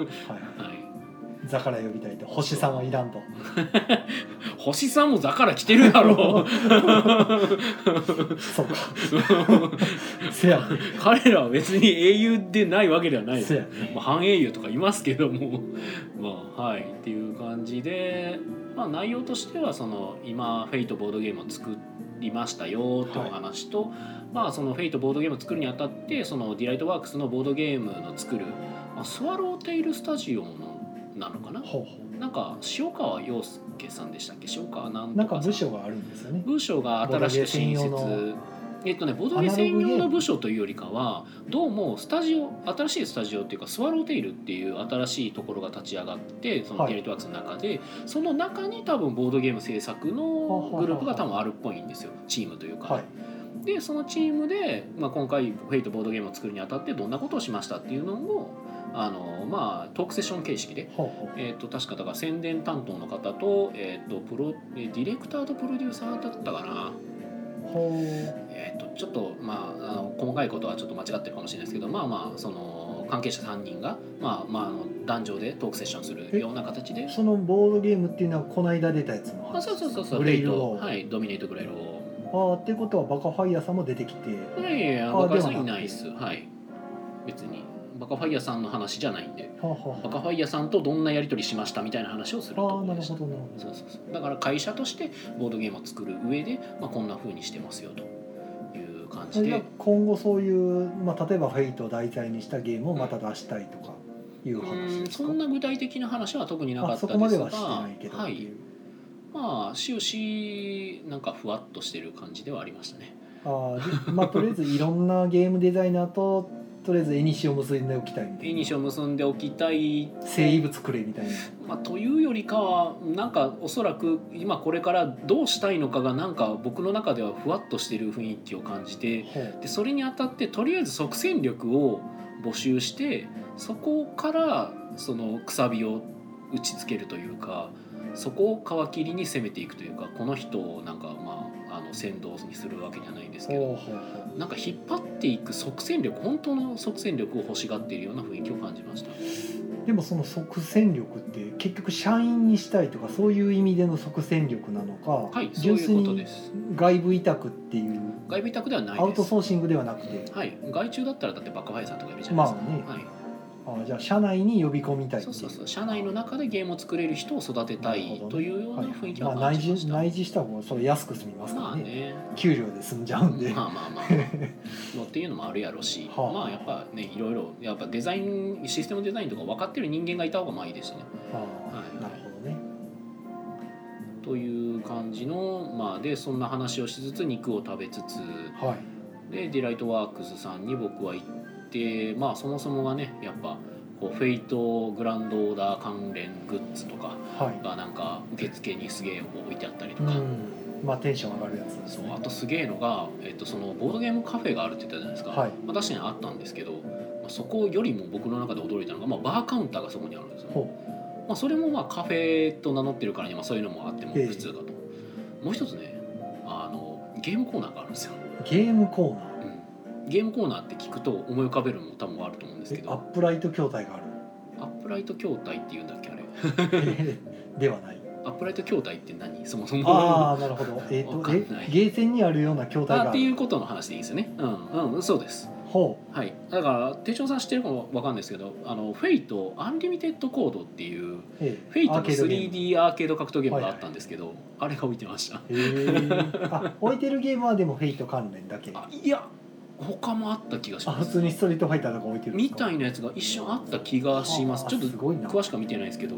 Speaker 1: は
Speaker 2: い
Speaker 1: い
Speaker 2: 座から呼びたいと星さんは いらんと
Speaker 1: 星さんも座から来てるだ ろう
Speaker 2: そうかせやね
Speaker 1: 彼らは別に英雄でないわけではないです
Speaker 2: せやね
Speaker 1: まあ、半英雄とかいますけども まあはいっていう感じで、まあ、内容としてはその今フェイトボードゲームを作りましたよってお話と、まあそのフェイトボードゲームを作るにあたってそのディライトワークスのボードゲームの作る、まあ、スワローテイルスタジオのなのかな
Speaker 2: ほうほ
Speaker 1: なんか塩川陽介さんでしたっけ塩川なん
Speaker 2: うなん
Speaker 1: と
Speaker 2: か
Speaker 1: か
Speaker 2: 部
Speaker 1: さん
Speaker 2: 署があるんですよね
Speaker 1: 部署が新しく新設
Speaker 2: ボードゲー専
Speaker 1: えっとね、ボードゲーム専用の部署というよりかはどうもスタジオ新しいスタジオっていうかスワローテイルっていう新しいところが立ち上がってその
Speaker 2: はい
Speaker 1: テレトワークスの中で、その中に多分ボードゲーム制作のグループが多分あるっぽいんですよチームというか。
Speaker 2: はい
Speaker 1: でそのチームで、まあ、今回「フェイトボードゲームを作るにあたってどんなことをしましたっていうのをあの、まあ、トークセッション形式で
Speaker 2: ほうほう
Speaker 1: えー、と確かだから宣伝担当の方と,、えー、とプロえーディレクターとプロデューサーだったかな、
Speaker 2: ほ
Speaker 1: えー、とちょっと、まあ、あの細かいことはちょっと間違ってるかもしれないですけどまあまあその関係者3人が、まあまあ、あの壇上でトークセッションするような形で
Speaker 2: うそのボードゲームっていうのはこの間出たやつの話
Speaker 1: あそうそうそうそう
Speaker 2: グレイドロー
Speaker 1: はい、ドミネートグレイロー
Speaker 2: ああってことはバカファイヤーさんも出てきて
Speaker 1: いやいやいや
Speaker 2: あ
Speaker 1: バカファイヤーさん
Speaker 2: で
Speaker 1: い
Speaker 2: はなく
Speaker 1: ないっすはい別にバカファイヤーさんの話じゃないんで
Speaker 2: はあ、は
Speaker 1: バカファイヤーさんとどんなやり取りしましたみたいな話をすると
Speaker 2: あ、ああ
Speaker 1: ころ
Speaker 2: なる
Speaker 1: でした
Speaker 2: ほどなるほ
Speaker 1: そうそうそうだから会社としてボードゲームを作る上で、まあ、こんな風にしてますよという感じ
Speaker 2: どじゃあ
Speaker 1: で
Speaker 2: 今後そういう、まあ、例えば「フェイト」を題材にしたゲームをまた出したいとかいう
Speaker 1: う
Speaker 2: 話
Speaker 1: ん
Speaker 2: です
Speaker 1: そ
Speaker 2: か
Speaker 1: んな具体的な話は特になかっ
Speaker 2: あ
Speaker 1: た
Speaker 2: そ
Speaker 1: で
Speaker 2: こますで
Speaker 1: が
Speaker 2: はしてないけどっ
Speaker 1: は
Speaker 2: てい、
Speaker 1: いうまあ終始なんかふわっとしてる感じではありましたね
Speaker 2: ああでまあとりあえずいろんなゲームデザイナーととりあえず絵にしを結んでおきたいみた
Speaker 1: 絵
Speaker 2: い
Speaker 1: に
Speaker 2: な
Speaker 1: しを結んでおきたい
Speaker 2: 生物くれみたいな
Speaker 1: まあ、というよりかはなんかおそらく今これからどうしたいのかがなんか僕の中ではふわっとしてる雰囲気を感じて
Speaker 2: ほう
Speaker 1: でそれにあたってとりあえず即戦力を募集してそこからそのくさびを打ちつけるというかそこを皮切りに攻めていくというかこの人をなんかまああの先導にするわけじゃないんですけ
Speaker 2: ほう
Speaker 1: ど
Speaker 2: ほうほう
Speaker 1: なんか引っ張っていく即戦力本当の即戦力を欲しがっているような雰囲気を感じました。
Speaker 2: でもその即戦力って結局社員にしたいとかそういう意味での即戦力なのか、
Speaker 1: はい、そう
Speaker 2: 純
Speaker 1: い
Speaker 2: 粋
Speaker 1: うことで
Speaker 2: に
Speaker 1: す。
Speaker 2: 外部委託っていう
Speaker 1: 外部委託ではないです。
Speaker 2: アウトソーシングではなくて
Speaker 1: はい、外注だったらだってバカファイヤーさんとかいるじゃない
Speaker 2: ま
Speaker 1: で
Speaker 2: あ
Speaker 1: すか。
Speaker 2: ね
Speaker 1: はい、
Speaker 2: ああじゃあ社内に呼び込みたいって
Speaker 1: そ
Speaker 2: いうう
Speaker 1: そうそう社内の中でゲームを作れる人を育てたいというような雰囲気
Speaker 2: は
Speaker 1: はい
Speaker 2: まあ、
Speaker 1: 感
Speaker 2: 内
Speaker 1: じまし
Speaker 2: 示
Speaker 1: た、
Speaker 2: 内示した方がそれ安く済みますか
Speaker 1: ま
Speaker 2: ら
Speaker 1: あ
Speaker 2: ね,、
Speaker 1: ね
Speaker 2: 給料で済んじゃうんで、
Speaker 1: まあまあまあのっていうのもあるやろう し、
Speaker 2: はあ
Speaker 1: まあやっぱねいろいろやっぱデザインシステムデザインとか分かってる人間がいた方がまあいいですよね
Speaker 2: ああ
Speaker 1: はい
Speaker 2: なるほどね
Speaker 1: という感じのまあでそんな話をしつつ肉を食べつつ
Speaker 2: はい
Speaker 1: でディライトワークスさんに僕は行ってまあそもそもがねやっぱこうフェイトグランドオーダー関連グッズとか
Speaker 2: は
Speaker 1: がなんか受付にすげえ置いてあったり
Speaker 2: い
Speaker 1: と
Speaker 2: う
Speaker 1: か、
Speaker 2: んまあテンション上がるやつです
Speaker 1: そう
Speaker 2: ね
Speaker 1: あとすげえのが、えっと、そのボードゲームカフェがあるって言ったじゃないですか、
Speaker 2: はい
Speaker 1: まあ、確かにあったんですけど、まあ、そこよりも僕の中で驚いたのが、まあ、バーカウンターがそこにあるんですよ、
Speaker 2: ほ
Speaker 1: まあ、それもまあカフェと名乗ってるからにはそういうのもあっても
Speaker 2: ええ
Speaker 1: 普通だと、もう一つねあのゲームコーナーがあるんですよ、
Speaker 2: うゲームコーナー
Speaker 1: うん、ゲームコーナーって聞くと思い浮かべるのも多分あると思うんですけ
Speaker 2: えア
Speaker 1: ど
Speaker 2: ップライト筐体がある
Speaker 1: アップライト筐体っていうんだっけあれ
Speaker 2: えーではない
Speaker 1: アップライト筐体って何そもそも
Speaker 2: ああなるほど。えっ、
Speaker 1: わ
Speaker 2: と
Speaker 1: かんない
Speaker 2: えゲーセンにあるような筐体
Speaker 1: あ
Speaker 2: が
Speaker 1: っ
Speaker 2: あ
Speaker 1: てい
Speaker 2: る。
Speaker 1: うことの話でいいですよねうんうんそうです
Speaker 2: ほ
Speaker 1: はい、だから手帳さん知ってるかもわかんないですけど「あのフェイトアンリミテッドコード」っていう
Speaker 2: う。ええ
Speaker 1: フェイト
Speaker 2: ア
Speaker 1: の
Speaker 2: ーケードゲーム
Speaker 1: 3D アーケード格闘ゲームがあったんですけど、あれが置いてました
Speaker 2: へーあ置いてるゲームはでもフェイト関連だけ。
Speaker 1: あ
Speaker 2: あ
Speaker 1: いや他もあった気がしま
Speaker 2: 普
Speaker 1: す
Speaker 2: 通にストリートファイターとか置いてるんで
Speaker 1: み
Speaker 2: すか。
Speaker 1: たいなやつが一瞬あった気がします
Speaker 2: あー
Speaker 1: ちょっと
Speaker 2: すごいな。
Speaker 1: 詳しくは見てないですけど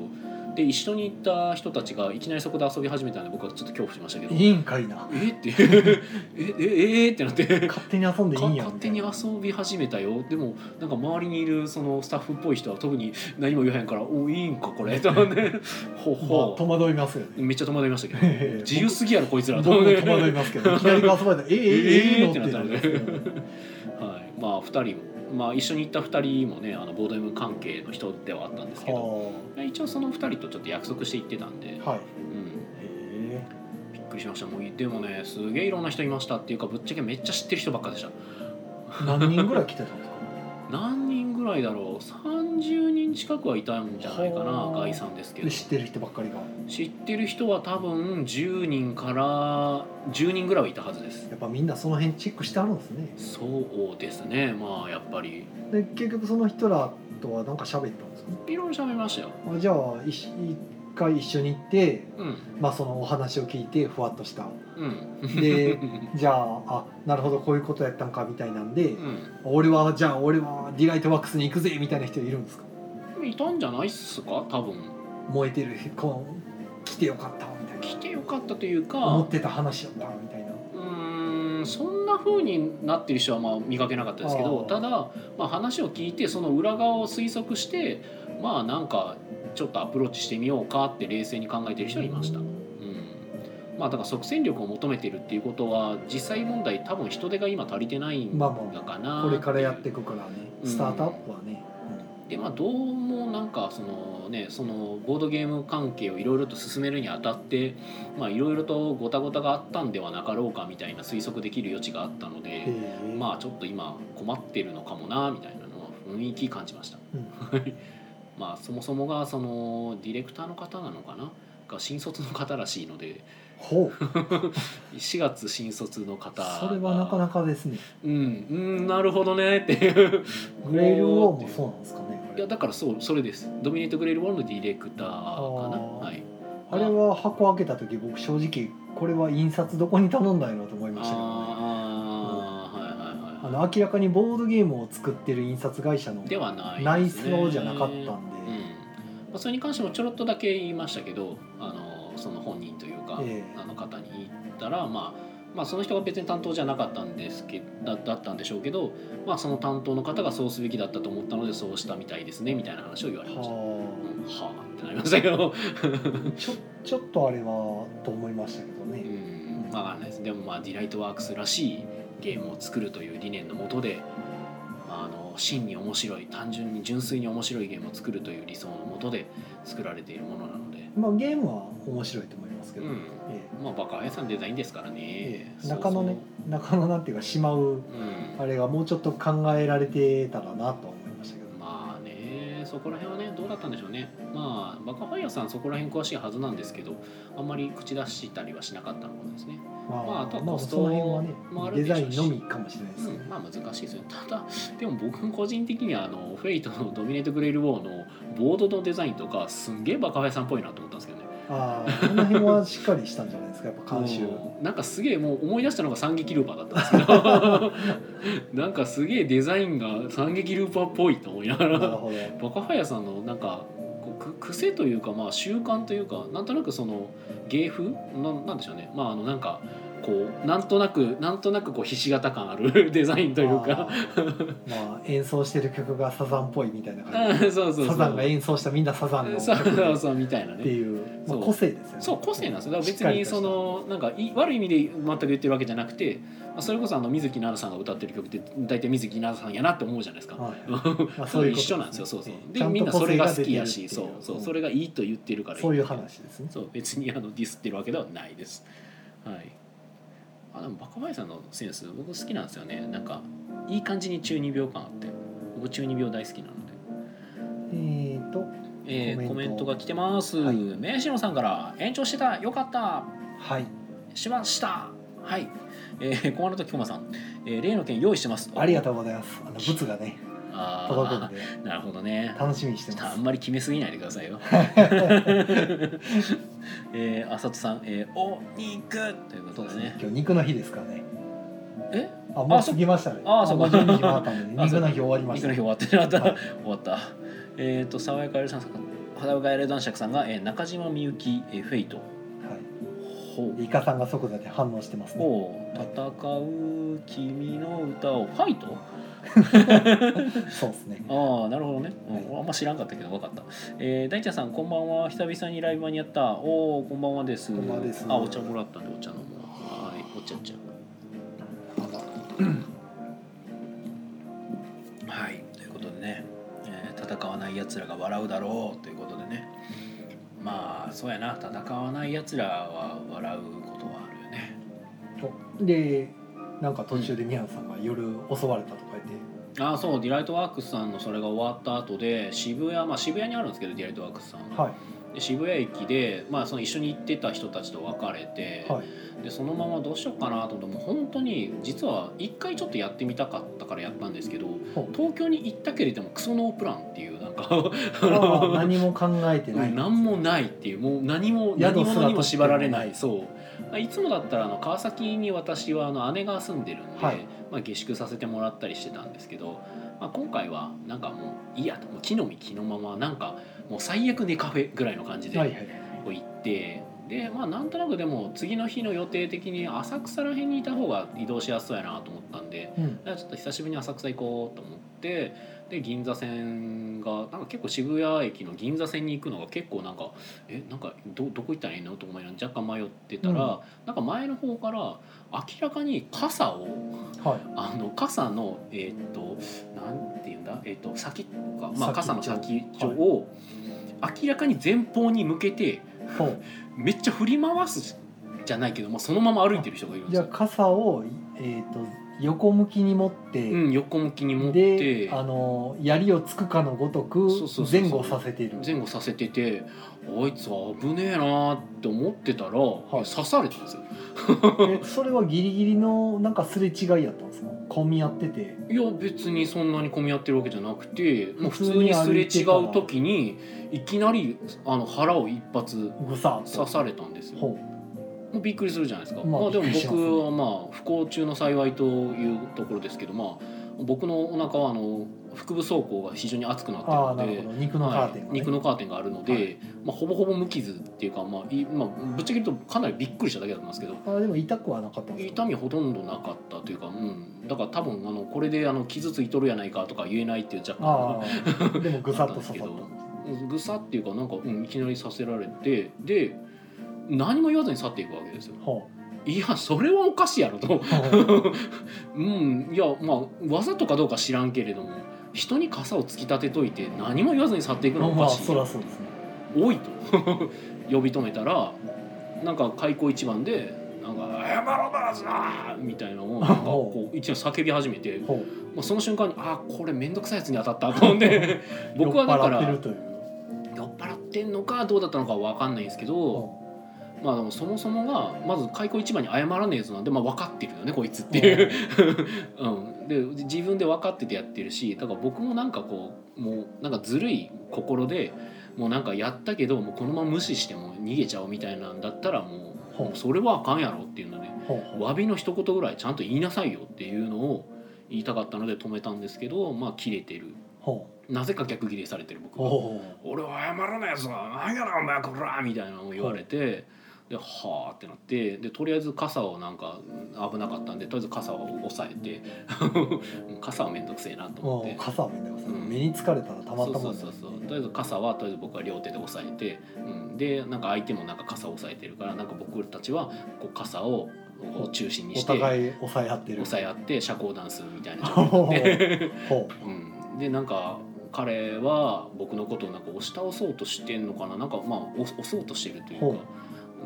Speaker 1: で一緒に行った人たちがいきなりそこで遊び始めたんで僕はちょっと恐怖しましたけど
Speaker 2: いいんかいな。
Speaker 1: えって ええええってなって
Speaker 2: 勝手に遊んでいい
Speaker 1: か
Speaker 2: んや
Speaker 1: 勝
Speaker 2: みた
Speaker 1: 手
Speaker 2: い
Speaker 1: に
Speaker 2: な。
Speaker 1: 遊び始めたよでもなんか周りにいるそのスタッフっぽい人は特に何も言わへんから「おいいんかこれ」とかね「ほ
Speaker 2: まあ
Speaker 1: ほ
Speaker 2: 戸惑いますよね。
Speaker 1: めっちゃ戸惑いましたけ ど
Speaker 2: ええ
Speaker 1: 自由すぎやろこいつら
Speaker 2: 僕
Speaker 1: と
Speaker 2: も
Speaker 1: 思って
Speaker 2: 戸惑いますけど、いきなり遊ばれたら、ええええええ
Speaker 1: ええってなったのね
Speaker 2: ってなりますけど
Speaker 1: はい、まあ2人も、まあ、一緒に行った2人もねあのボードゲーム関係の人ではあったんですけど一応その2人とちょっと約束して行ってたんで、
Speaker 2: はあはい。
Speaker 1: うん、
Speaker 2: へ
Speaker 1: びっくりしましたもうでもねすげえいろんな人いましたっていうかぶっちゃけめっちゃ知ってる人ばっかでした
Speaker 2: え何人ぐらい来てたんですか。
Speaker 1: 何人ぐらいだろう30人近くはいたんじゃないかな
Speaker 2: ほう
Speaker 1: 概算ですけど
Speaker 2: で 知ってる人ばっかりが。
Speaker 1: 知ってる人は多分10人から10人ぐらいはいたはずです
Speaker 2: やっぱみんなその辺チェックしてあるんですね。
Speaker 1: そうですねまあやっぱり
Speaker 2: で結局その人らとはなんか喋ったんですか
Speaker 1: いろいろ喋りましたよ
Speaker 2: あじゃあいし一回一緒に行って、
Speaker 1: うん
Speaker 2: まあ、そのお話を聞いてふわっとした
Speaker 1: うん
Speaker 2: で
Speaker 1: うん
Speaker 2: じゃああなるほどこういうことやったんかみたいなんで、
Speaker 1: う
Speaker 2: 俺はじゃあ俺はディライトワックスに行くぜみたいな人いるんですか
Speaker 1: んいたんじゃないっすか多分
Speaker 2: 燃えてるこの来てよかったみたい
Speaker 1: 来
Speaker 2: な
Speaker 1: てよかったという
Speaker 2: 思
Speaker 1: か
Speaker 2: ってた話やったみたいな
Speaker 1: うーんそんなな風になってる人はまあ見かけなかったですけど
Speaker 2: あー
Speaker 1: ただ、まあ、話を聞いてその裏側を推測してまあなんかちょっとアプローチしてみようかって冷静に考えてる人はいました。うんまあ、だから即戦力を求めてるっていうことは実際問題多分人手が今足りてないんだ
Speaker 2: まあ
Speaker 1: か
Speaker 2: ま
Speaker 1: な、
Speaker 2: あこれからやっていくからね
Speaker 1: うん
Speaker 2: スタートアップはね、
Speaker 1: でまあどうもなんかそのねそのボードゲーム関係をいろいろと進めるにあたってまあいろいろとごたごたがあったんではなかろうかみたいな推測できる余地があったの
Speaker 2: うん
Speaker 1: で、
Speaker 2: へえ
Speaker 1: まあちょっと今困ってるのかもなみたいなのは雰囲気感じました。
Speaker 2: うん
Speaker 1: まあそもそもがそのディレクターの方なのかなが新卒の方らしいので
Speaker 2: ほう
Speaker 1: 4月新卒の方が
Speaker 2: それはなかなかですね
Speaker 1: うんうんなるほどねっていう
Speaker 2: グレールウォーもそうなんですかね
Speaker 1: いやだからそうそれですドミネートグレールボールのディレクターかな
Speaker 2: ー
Speaker 1: はい
Speaker 2: あれは箱開けた時僕正直これは印刷どこに頼んだんやろうと思いましたけどね
Speaker 1: ああはい
Speaker 2: あ
Speaker 1: はいはい
Speaker 2: の明らかにボードゲームを作ってる印刷会社の
Speaker 1: ではない
Speaker 2: 内
Speaker 1: ですね
Speaker 2: 装じゃなかったんで、
Speaker 1: うんまあ、それに関してもちょろっとだけ言いましたけどあのその本人というか、
Speaker 2: ええ
Speaker 1: あの方に言ったらまあまあ、その人が別に担当じゃなかったんですけだだったんでしょうけど、まあ、その担当の方がそうすべきだったと思ったのでそうしたみたいですねみたいな話を言われました。うん
Speaker 2: は
Speaker 1: はあってなりましたけど、
Speaker 2: あちょちょっとあれはと思いましたけど
Speaker 1: う
Speaker 2: ね、
Speaker 1: ん、わかんないですでもまあディライトワークスらしいゲームを作るという理念のもとで、まあ、あの真に面白い単純に純粋に面白いゲームを作るという理想のもとで作られているものなので、
Speaker 2: まあゲームは面白いと思いますけ
Speaker 1: う
Speaker 2: ど、
Speaker 1: ん、
Speaker 2: え
Speaker 1: まあバカ早さんデザインですから
Speaker 2: え
Speaker 1: ね、
Speaker 2: ええ中野ね中野なんていうかしまう
Speaker 1: そうそううん
Speaker 2: あれがもうちょっと考えられてたらなとは思いましたけど、
Speaker 1: まあねそこら辺はねどうだったんでしょうねまあバカファイヤーさんそこら辺詳しいはずなんですけどあんまり口出したりはしなかったものですね
Speaker 2: まあ、
Speaker 1: まああとはコスト
Speaker 2: その辺はね、
Speaker 1: もある
Speaker 2: デ
Speaker 1: でしょ
Speaker 2: ザ
Speaker 1: うし
Speaker 2: インのみかもしれないです
Speaker 1: う
Speaker 2: けど、
Speaker 1: ん、まあ難しいですよねただでも僕個人的にはあのフェイトのドミネート・グレイル・ウォーのボードのデザインとかすんげえバカフェさんっぽいなと思ったんですけどね
Speaker 2: ああこの辺はしっかりしたんじゃないですかやっぱ監修、
Speaker 1: うんなんかすげえもう思い出したのが三撃ルーパーだったんですけど なんかすげえデザインが三撃ルーパーっぽいと思いながら
Speaker 2: なるほど
Speaker 1: バカファイヤさんのなんかこうく癖というかまあ習慣というかなんとなくその芸風ななんでしょうねまああのなんかこうなんとなくなんとなくこうひし形感ある デザイン というか
Speaker 2: あーまあ演奏してる曲がサザンっぽいみたいな感じ
Speaker 1: そう そうそう
Speaker 2: サザンが演奏したみんなサザン の
Speaker 1: そう
Speaker 2: 曲
Speaker 1: そう
Speaker 2: っ
Speaker 1: そうみたいな
Speaker 2: て
Speaker 1: ね
Speaker 2: いう、ま
Speaker 1: そ
Speaker 2: あ、
Speaker 1: う
Speaker 2: 個性ですよね
Speaker 1: そう個性なんですよだから
Speaker 2: しっ
Speaker 1: 別
Speaker 2: かり
Speaker 1: に
Speaker 2: とした
Speaker 1: そのなんかい悪い意味で全く言ってるわけじゃなくてまあそれこそあの水木奈々さんが歌ってる曲って大体水木奈々さんやなって思うじゃないですか
Speaker 2: はいまあ
Speaker 1: そう一緒なんですよそうそうでみんなそれが好きやしそうそうそれがいいと言ってるからいい
Speaker 2: そういう話ですね
Speaker 1: そう別にあのディスってるわけではないです。はい。あでもバカバイさんのセンス僕好きなんですよね。なんかいい感じに中二病感あって、僕中二病大好きなので。
Speaker 2: えー、と
Speaker 1: えー、
Speaker 2: コ
Speaker 1: コ
Speaker 2: メ
Speaker 1: メ
Speaker 2: ント
Speaker 1: ントが来てます。
Speaker 2: はい
Speaker 1: 名刺のさんから延長してたよかった
Speaker 2: はい
Speaker 1: しました。はい。えー、小穴と菊間さん、えー、例の件用意してます。
Speaker 2: ありが
Speaker 1: う。
Speaker 2: とうございますあの物がね届くん
Speaker 1: あ
Speaker 2: で
Speaker 1: あ、なるほどね。
Speaker 2: 楽しみにしてま
Speaker 1: あ
Speaker 2: す
Speaker 1: んまり決めすぎないでくださ いよ。えー、あさとさん、えー、お肉ということでね。
Speaker 2: 今日肉の日ですからね
Speaker 1: え
Speaker 2: あも
Speaker 1: あ
Speaker 2: う
Speaker 1: そ
Speaker 2: 過ぎましたね
Speaker 1: あそうか
Speaker 2: もう12時回ったんで、ね、
Speaker 1: あそ
Speaker 2: 肉
Speaker 1: う
Speaker 2: の日終わりま
Speaker 1: 肉
Speaker 2: した
Speaker 1: の日終わってなかった、
Speaker 2: はい
Speaker 1: 終わったえっ、と爽やかエルさん肌がエレ男爵さんが、えー中島みゆき、えーフェイト
Speaker 2: は
Speaker 1: ほう
Speaker 2: いイカさんが即座で反応してますね
Speaker 1: ほう戦う君の歌をファイト
Speaker 2: そうですね
Speaker 1: ああなるほどね、うん
Speaker 2: はい
Speaker 1: 俺あんま知らんかったけど分かった、えー、大ちゃんさんこんばんは久々にライブにやったおおこんばんはです
Speaker 2: こんばんはです
Speaker 1: あお茶もらったんでお茶飲もうはいお茶お茶はい、ということでね、えー戦わないやつらが笑うだろうということでねまあそうやな戦わないやつらは笑うことはあるよね
Speaker 2: でなんか途中で宮野さんが夜襲われたとか言って、
Speaker 1: ああそうディライトワークスさんのそれが終わった後で渋谷まあ渋谷にあるんですけどディライトワークスさんは
Speaker 2: は
Speaker 1: で渋谷駅で、まあ、その一緒に行ってた人たちと別れて、
Speaker 2: いはい
Speaker 1: でそのままどうしようかなと思ってもう本当に実は一回ちょっとやってみたかったからやったんですけど
Speaker 2: ほう
Speaker 1: 東京に行ったけれどもクソノープランっていうなんか
Speaker 2: ああ何も考えて ない
Speaker 1: 何もないっていうもう何も
Speaker 2: 宿すら
Speaker 1: 何者にも縛られない
Speaker 2: 取
Speaker 1: そういつもだったらあの川崎に私はあの姉が住んでるんで、
Speaker 2: はい
Speaker 1: まあ、下宿させてもらったりしてたんですけど、まあ、今回はなんかもういいやともう木の実木のままなんかもう最悪寝カフェぐらいの感じで
Speaker 2: はいはい
Speaker 1: こう行ってでまあなんとなくでも次の日の予定的に浅草ら辺にいた方が移動しやすそうやなと思ったんで
Speaker 2: うん
Speaker 1: じゃあちょっと久しぶりに浅草行こうと思ってで銀座線がなんか結構渋谷駅の銀座線に行くのが結構なんかえなんかどどこ行ったらいいのと思いながら若干迷ってたら、
Speaker 2: うん
Speaker 1: なんか前の方から明らかに傘を
Speaker 2: はい
Speaker 1: あの傘のえーっとなんていうんだえーっと先か、まあ、
Speaker 2: 先っちょ
Speaker 1: 傘の先っちょを明らかに前方に向けて
Speaker 2: ほう
Speaker 1: めっちゃ振り回すじゃないけど、まあ、そのまま歩いてる人がいるんで
Speaker 2: じ
Speaker 1: す
Speaker 2: ゃあ
Speaker 1: よ。
Speaker 2: 傘を、えー、と横向きに持って、
Speaker 1: うん、横向きに持って
Speaker 2: であの槍をつくかのごとく
Speaker 1: そうそうそうそう
Speaker 2: 前後させている
Speaker 1: 前後させててあいつ危ねえなーって思ってたら、
Speaker 2: い
Speaker 1: 刺されたんですよ
Speaker 2: えそれはギリギリのなんかすれ違いやったんですか混み合ってて
Speaker 1: いや別にそんなに混み合ってるわけじゃなくてもう普
Speaker 2: 普
Speaker 1: 通
Speaker 2: 通
Speaker 1: に
Speaker 2: に
Speaker 1: すれ
Speaker 2: 歩い
Speaker 1: 違
Speaker 2: て
Speaker 1: う
Speaker 2: たら
Speaker 1: 時にいきなりあの腹を一発
Speaker 2: ぐさっと
Speaker 1: 刺されたんですよも
Speaker 2: ほ
Speaker 1: うびっくりするじゃないですか、ま
Speaker 2: ま
Speaker 1: あ
Speaker 2: あ、
Speaker 1: でも
Speaker 2: びっくりしますね
Speaker 1: 僕はまあ不幸中の幸いというところですけどまあ僕のお腹はあの腹部走行が非常に熱くな
Speaker 2: うああ
Speaker 1: っ
Speaker 2: な
Speaker 1: てる
Speaker 2: る
Speaker 1: の
Speaker 2: ほ
Speaker 1: で
Speaker 2: ど肉のカー
Speaker 1: は
Speaker 2: テンが
Speaker 1: い
Speaker 2: ね、
Speaker 1: 肉のカーテンがあるので、
Speaker 2: はい
Speaker 1: まあ、ほぼほぼ無傷っていうか、まあいまあ、ぶっちゃけ言うとかなりびっくりしただけだったんですけど
Speaker 2: あでも痛くはなかったんですか
Speaker 1: 痛みほとんどなかったというか、うん、だから多分あのこれであの傷ついとるやないかとか言えないっていう若干
Speaker 2: ああでもぐさっと刺さ
Speaker 1: あっ
Speaker 2: っ
Speaker 1: た
Speaker 2: た
Speaker 1: んうんぐさっていうかなんか、うん、いきなりさせられてで何も言わずに去っていくわけですよ
Speaker 2: ほ
Speaker 1: いやそれはおかしいやろと
Speaker 2: うほ
Speaker 1: う
Speaker 2: う
Speaker 1: んいやまあわざとかどうか知らんけれども人に傘を突き立てといて何も言わずに去っていくのはお
Speaker 2: まあ
Speaker 1: かしい
Speaker 2: そりゃそうですね
Speaker 1: 多いと 呼び止めたらなんか開口一番で「なんか謝ろうだぞ!」みたいなのをなんかこう一応叫び始めて、
Speaker 2: ほ
Speaker 1: まあ、その瞬間に「あーこれ面倒くさいやつに当たった」と思って
Speaker 2: う
Speaker 1: 僕はだか
Speaker 2: 酔
Speaker 1: ら
Speaker 2: っ払って
Speaker 1: 酔
Speaker 2: るという
Speaker 1: っ払ってんのかどうだったのかわかんないんですけど、まあ、でもそもそもがまず開口一番に謝らねえやつなんで、まあ、分かってるよねこいつっていう。うん、で自分で分かっててやってるしだから僕もなんかこうもうなんかずるい心でもうなんかやったけどもうこのまま無視しても逃げちゃおうみたいなんだったらもう
Speaker 2: ほう
Speaker 1: もうそれはあかんやろっていうので
Speaker 2: ほうほう
Speaker 1: 詫びの一言ぐらいちゃんと言いなさいよっていうのを言いたかったので止めたんですけどまあ切れてる
Speaker 2: ほ
Speaker 1: なぜか逆切れされてる
Speaker 2: う
Speaker 1: 僕が
Speaker 2: ほう
Speaker 1: 俺は謝らないやつだ何やなお前こら!」みたいなのを言われてではあってなってでとりあえず傘をなんかうん危なかったんでとりあえず傘を押さえて 傘は面倒くせえなと思っ
Speaker 2: ほう
Speaker 1: て。
Speaker 2: 傘はめんどくさい
Speaker 1: うん
Speaker 2: 目につかれたらたま
Speaker 1: そ
Speaker 2: っ
Speaker 1: う
Speaker 2: た
Speaker 1: そう
Speaker 2: も
Speaker 1: ん
Speaker 2: じ
Speaker 1: そう
Speaker 2: ゃない
Speaker 1: そうとりあえず傘はとりあえず僕は両手で押さえて、うん、でなんか相手もなんか傘を押さえてるからなんか僕たちはこう傘をこう中心に
Speaker 2: お
Speaker 1: して押
Speaker 2: 互い抑え合ってる
Speaker 1: さえ合って社交ダンスみたい な状
Speaker 2: ほ
Speaker 1: 況で
Speaker 2: うほ う
Speaker 1: うん、でなんか彼は僕のことをなんか押し倒そうとしてんのかななんかまあ押押そうとしてるという
Speaker 2: ほ
Speaker 1: か。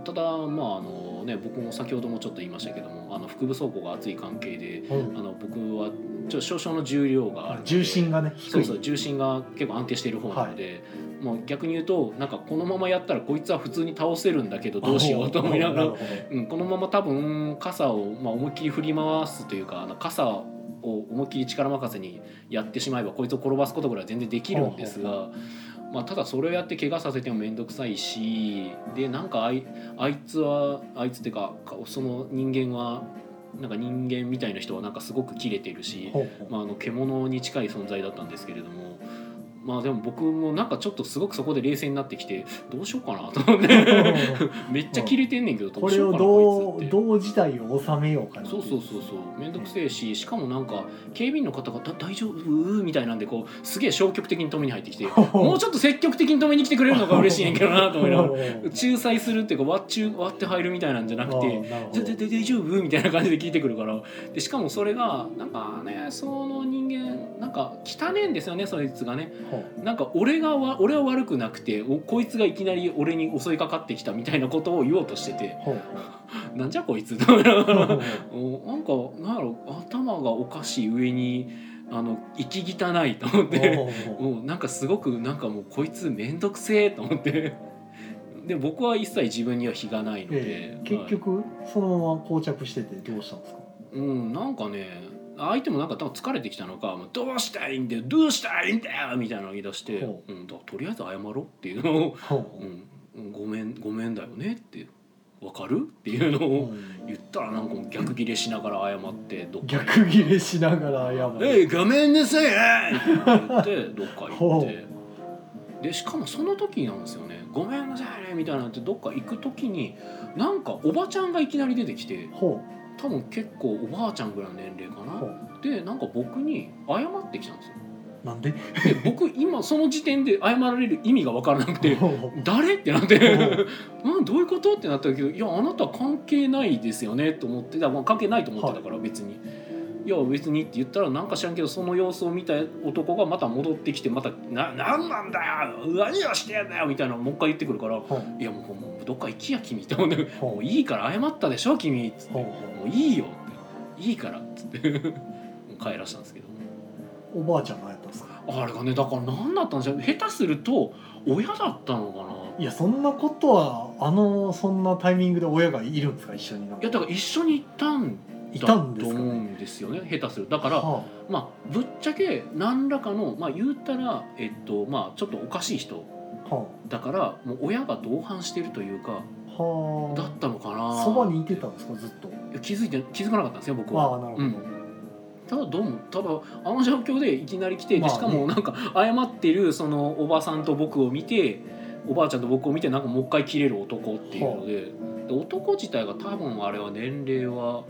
Speaker 1: ただまああのね僕も先ほどもちょっと言いましたけどもあの腹部走行が熱い関係で
Speaker 2: ほ
Speaker 1: あ
Speaker 2: う
Speaker 1: の僕はちょっと少々の重量があるので
Speaker 2: 重心がね低い
Speaker 1: そうそう重心が結構安定している方なので、もう逆に言うとなんかこのままやったらこいつは普通に倒せるんだけどどうしようと思いながら
Speaker 2: ほうほうほう
Speaker 1: うん、このまま多分傘を、まあ、思いっきり振り回すというかあの傘を思いっきり力任せにやってしまえばこいつを転ばすことぐらいは全然できるんです
Speaker 2: ほう
Speaker 1: が、まあ、ただそれをやって怪我させても面倒くさいしでなんかあいあいつはあいつっていうかかその人間はなんか人間みたいな人はなんかすごくキレてるし、
Speaker 2: ほうほう
Speaker 1: まあ、あの獣に近い存在だったんですけれども。まあでも僕もなんかちょっとすごくそこで冷静になってきてどうしようかなと思ってめっちゃキレてんねんけど、ど
Speaker 2: こ
Speaker 1: うし
Speaker 2: れ
Speaker 1: よう
Speaker 2: を
Speaker 1: かな
Speaker 2: ど
Speaker 1: こいつっ
Speaker 2: う
Speaker 1: て
Speaker 2: どう事態を収めようかな
Speaker 1: そうそうそうそう面倒くせえししかもなんか警備員の方が「だ大丈夫?」みたいなんでこうすげえ消極的に止めに入ってきてもう
Speaker 2: ち
Speaker 1: ちょっと積極的に止めに来てくれる のが嬉しいねんけどなと思い ながら
Speaker 2: っ
Speaker 1: 仲裁するっていうか割っちゅう割って入るみたいなんじゃなくて「全然
Speaker 2: て
Speaker 1: 大丈夫?」みたいな感じで聞いてくるからでしかもそれがなんかねその人間なんか汚ねえんですよねそいつがねなんか俺がわ俺は悪くなくておこいつがいきなり俺に襲いかかってきたみたいなことを言おうとしてて「なんじゃこいつ」と思いながらおなんかなんやろ頭がおかしい上にあの息汚いと思 ってうんなんかすごくなんかもうこいつ面倒くせえと思ってで僕は一切自分には非がないので、
Speaker 2: 結
Speaker 1: はい
Speaker 2: 局そのまま膠着しててどうしたんですか
Speaker 1: うん、なんかね相手もなんか多分疲れてきたのか「もうどうしたいんだよどうしたいんだよ」みたいなのを言い出して
Speaker 2: ほ
Speaker 1: う、ん、だからとりあえず謝ろうっていうのを「
Speaker 2: ほ
Speaker 1: う、
Speaker 2: うん
Speaker 1: うんごめんごめんだよね」って「わかる?」っていうのを言ったらなんかもう逆ギレしながら謝ってどっ か
Speaker 2: 逆ギレしながら謝
Speaker 1: え
Speaker 2: る
Speaker 1: い、ごめんなさいって言って、どっか行って。でしかもその時なんですよね「ごめんなさいね」みたいなのってどっか行く時になんかおばちゃんがいきなり出てきて
Speaker 2: ほ
Speaker 1: 多分結構おばあちゃんぐらいの年齢か
Speaker 2: うほ
Speaker 1: な
Speaker 2: う
Speaker 1: でなんか僕に謝ってきたんですよ
Speaker 2: なんで
Speaker 1: で僕今その時点で謝られる意味が分からなくて
Speaker 2: ほうほう
Speaker 1: 誰ってなって
Speaker 2: う
Speaker 1: 「 うんどういうこと?」ってなったけど「いやあなた関係ないですよね」と思ってだからまあ関係ないと思ってたから別に「いや別に」って言ったらなんか知らんけどその様子を見た男がまた戻ってきてまた「ななんなんだよ何をしてんだよ」みたいなのをもう一回言ってくるから
Speaker 2: ほ
Speaker 1: 「
Speaker 2: う
Speaker 1: いやもうもうどっか行きや君」って思って 「
Speaker 2: ほ
Speaker 1: も
Speaker 2: う
Speaker 1: ういいから謝ったでしょ君」つって
Speaker 2: ほう
Speaker 1: 「もういいよ」って「いいから」っつって もう帰らしたんですけど。
Speaker 2: ほうおばあちゃんがやったんですか
Speaker 1: あれがねだから何だったんでしょう下手すると親だったのかない
Speaker 2: やそんなことはあのそんなタイミングで親がいるんですか一緒になん
Speaker 1: いやだから一緒に行ったん
Speaker 2: い
Speaker 1: だ
Speaker 2: た
Speaker 1: と
Speaker 2: んです
Speaker 1: 思
Speaker 2: か
Speaker 1: う
Speaker 2: ね
Speaker 1: んですよね下手するだから、
Speaker 2: は
Speaker 1: まあぶっちゃけ何らかのまあ言うたらえっとまあちょっとおかしい人
Speaker 2: あは
Speaker 1: だからもう親が同伴してるというか
Speaker 2: あは
Speaker 1: だったのかな
Speaker 2: あそばにいてたんですかずっと
Speaker 1: いや気づいて気づかなかったんですよ僕
Speaker 2: ああ
Speaker 1: は
Speaker 2: なるほど、
Speaker 1: うんただどうもただあの状況でいきなり来て、で
Speaker 2: まあね
Speaker 1: しかもなんか謝ってるそのおばさんと僕を見ておばあちゃんと僕を見てなんかもう一回切れる男っていうので,、で男自体が多分あれは年齢は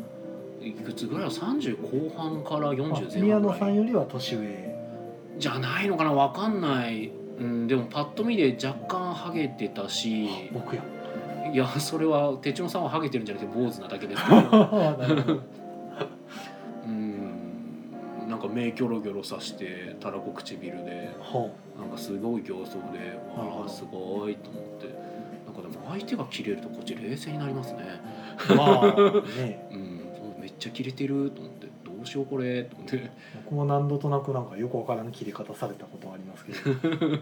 Speaker 1: いくつぐらいの30後半から40
Speaker 2: まあ
Speaker 1: 前
Speaker 2: 宮
Speaker 1: 半ぐ
Speaker 2: 野さ
Speaker 1: ら
Speaker 2: ん
Speaker 1: い
Speaker 2: よりは年上
Speaker 1: じゃないのかなわかんない、うん、でもパッと見で若干ハゲてた し
Speaker 2: 僕や
Speaker 1: いやそれは手帳さんはハゲてるんじゃなくて坊主なだけですけ
Speaker 2: な
Speaker 1: ど。
Speaker 2: るほど
Speaker 1: うんなんか目キョロキョロさしてたらこ唇で
Speaker 2: は
Speaker 1: なんかすごい形相で
Speaker 2: なるほ
Speaker 1: わあ
Speaker 2: ど
Speaker 1: すごいと思ってなんかでも相手がキレるとこっち冷静になりますね
Speaker 2: あまあね
Speaker 1: うんそうめっちゃキレてると思ってどうしようこれと思って
Speaker 2: 僕も何度となくなんかよくわからぬ切り方されたことはありますけ ど
Speaker 1: ね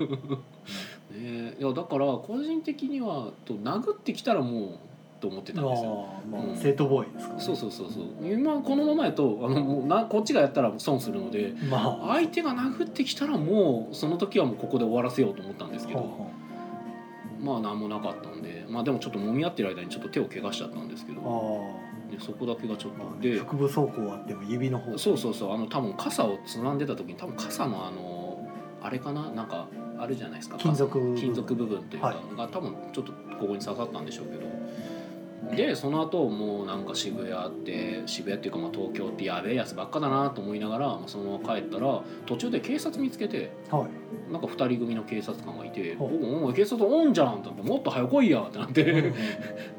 Speaker 1: えいやだから個人的にはと殴ってきたらもうと思ってたんですよ
Speaker 2: ああまあ、
Speaker 1: うん
Speaker 2: 生徒ボーイですからね、
Speaker 1: そうそうそうそう今このままやとあのもうなこっちがやったら損するので
Speaker 2: まあは
Speaker 1: 相手が殴ってきたらもうその時はもうここで終わらせようと思ったんですけ
Speaker 2: あ
Speaker 1: ど、
Speaker 2: は
Speaker 1: まあ何もなかったんでまあでもちょっと揉み合ってる間にちょっと手を怪我しちゃったんですけど
Speaker 2: ああ
Speaker 1: でそこだけがちょっと、
Speaker 2: まあね、
Speaker 1: で
Speaker 2: 腹部走行あっても指の方が
Speaker 1: そうそうそうあの多分傘をつまんでた時に多分傘のあのあれかななんかあるじゃないですか
Speaker 2: 金属部分
Speaker 1: 金属部分というか、
Speaker 2: はい
Speaker 1: が多分ちょっとここに刺さったんでしょうけどでその後もうなんか渋谷って渋谷っていうかまあ東京ってやべえやつばっかだなと思いながら、まあ、そのまま帰ったら途中で警察見つけて
Speaker 2: はい
Speaker 1: なんか2人組の警察官がいて「
Speaker 2: ほう
Speaker 1: おお警察おんじゃん」って「もっと早来いや」ってなっ
Speaker 2: うんうん
Speaker 1: て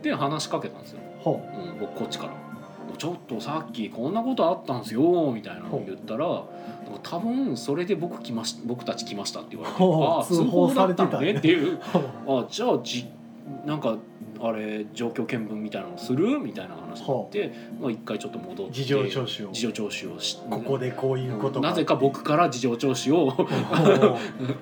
Speaker 1: で話しかけたんですよ
Speaker 2: ほ
Speaker 1: うん、僕こっちから「ちょっとさっきこんなことあったんすよ」みたいなのを言ったら「なんか多分それで僕来まし僕たち来ました」って言われて「
Speaker 2: ほう
Speaker 1: ああ
Speaker 2: 通
Speaker 1: 通
Speaker 2: 報
Speaker 1: 報だ
Speaker 2: され
Speaker 1: ってた
Speaker 2: た
Speaker 1: の
Speaker 2: んや
Speaker 1: ね」っていう
Speaker 2: う
Speaker 1: 「あじゃあじなんかあれ状況見分みたいなのする?」みたいな話になってまあ、一回ちょっと戻って
Speaker 2: 事情聴取を
Speaker 1: 事情聴取をし
Speaker 2: ここでこういうことが
Speaker 1: なぜか僕から事情聴取を、
Speaker 2: ほ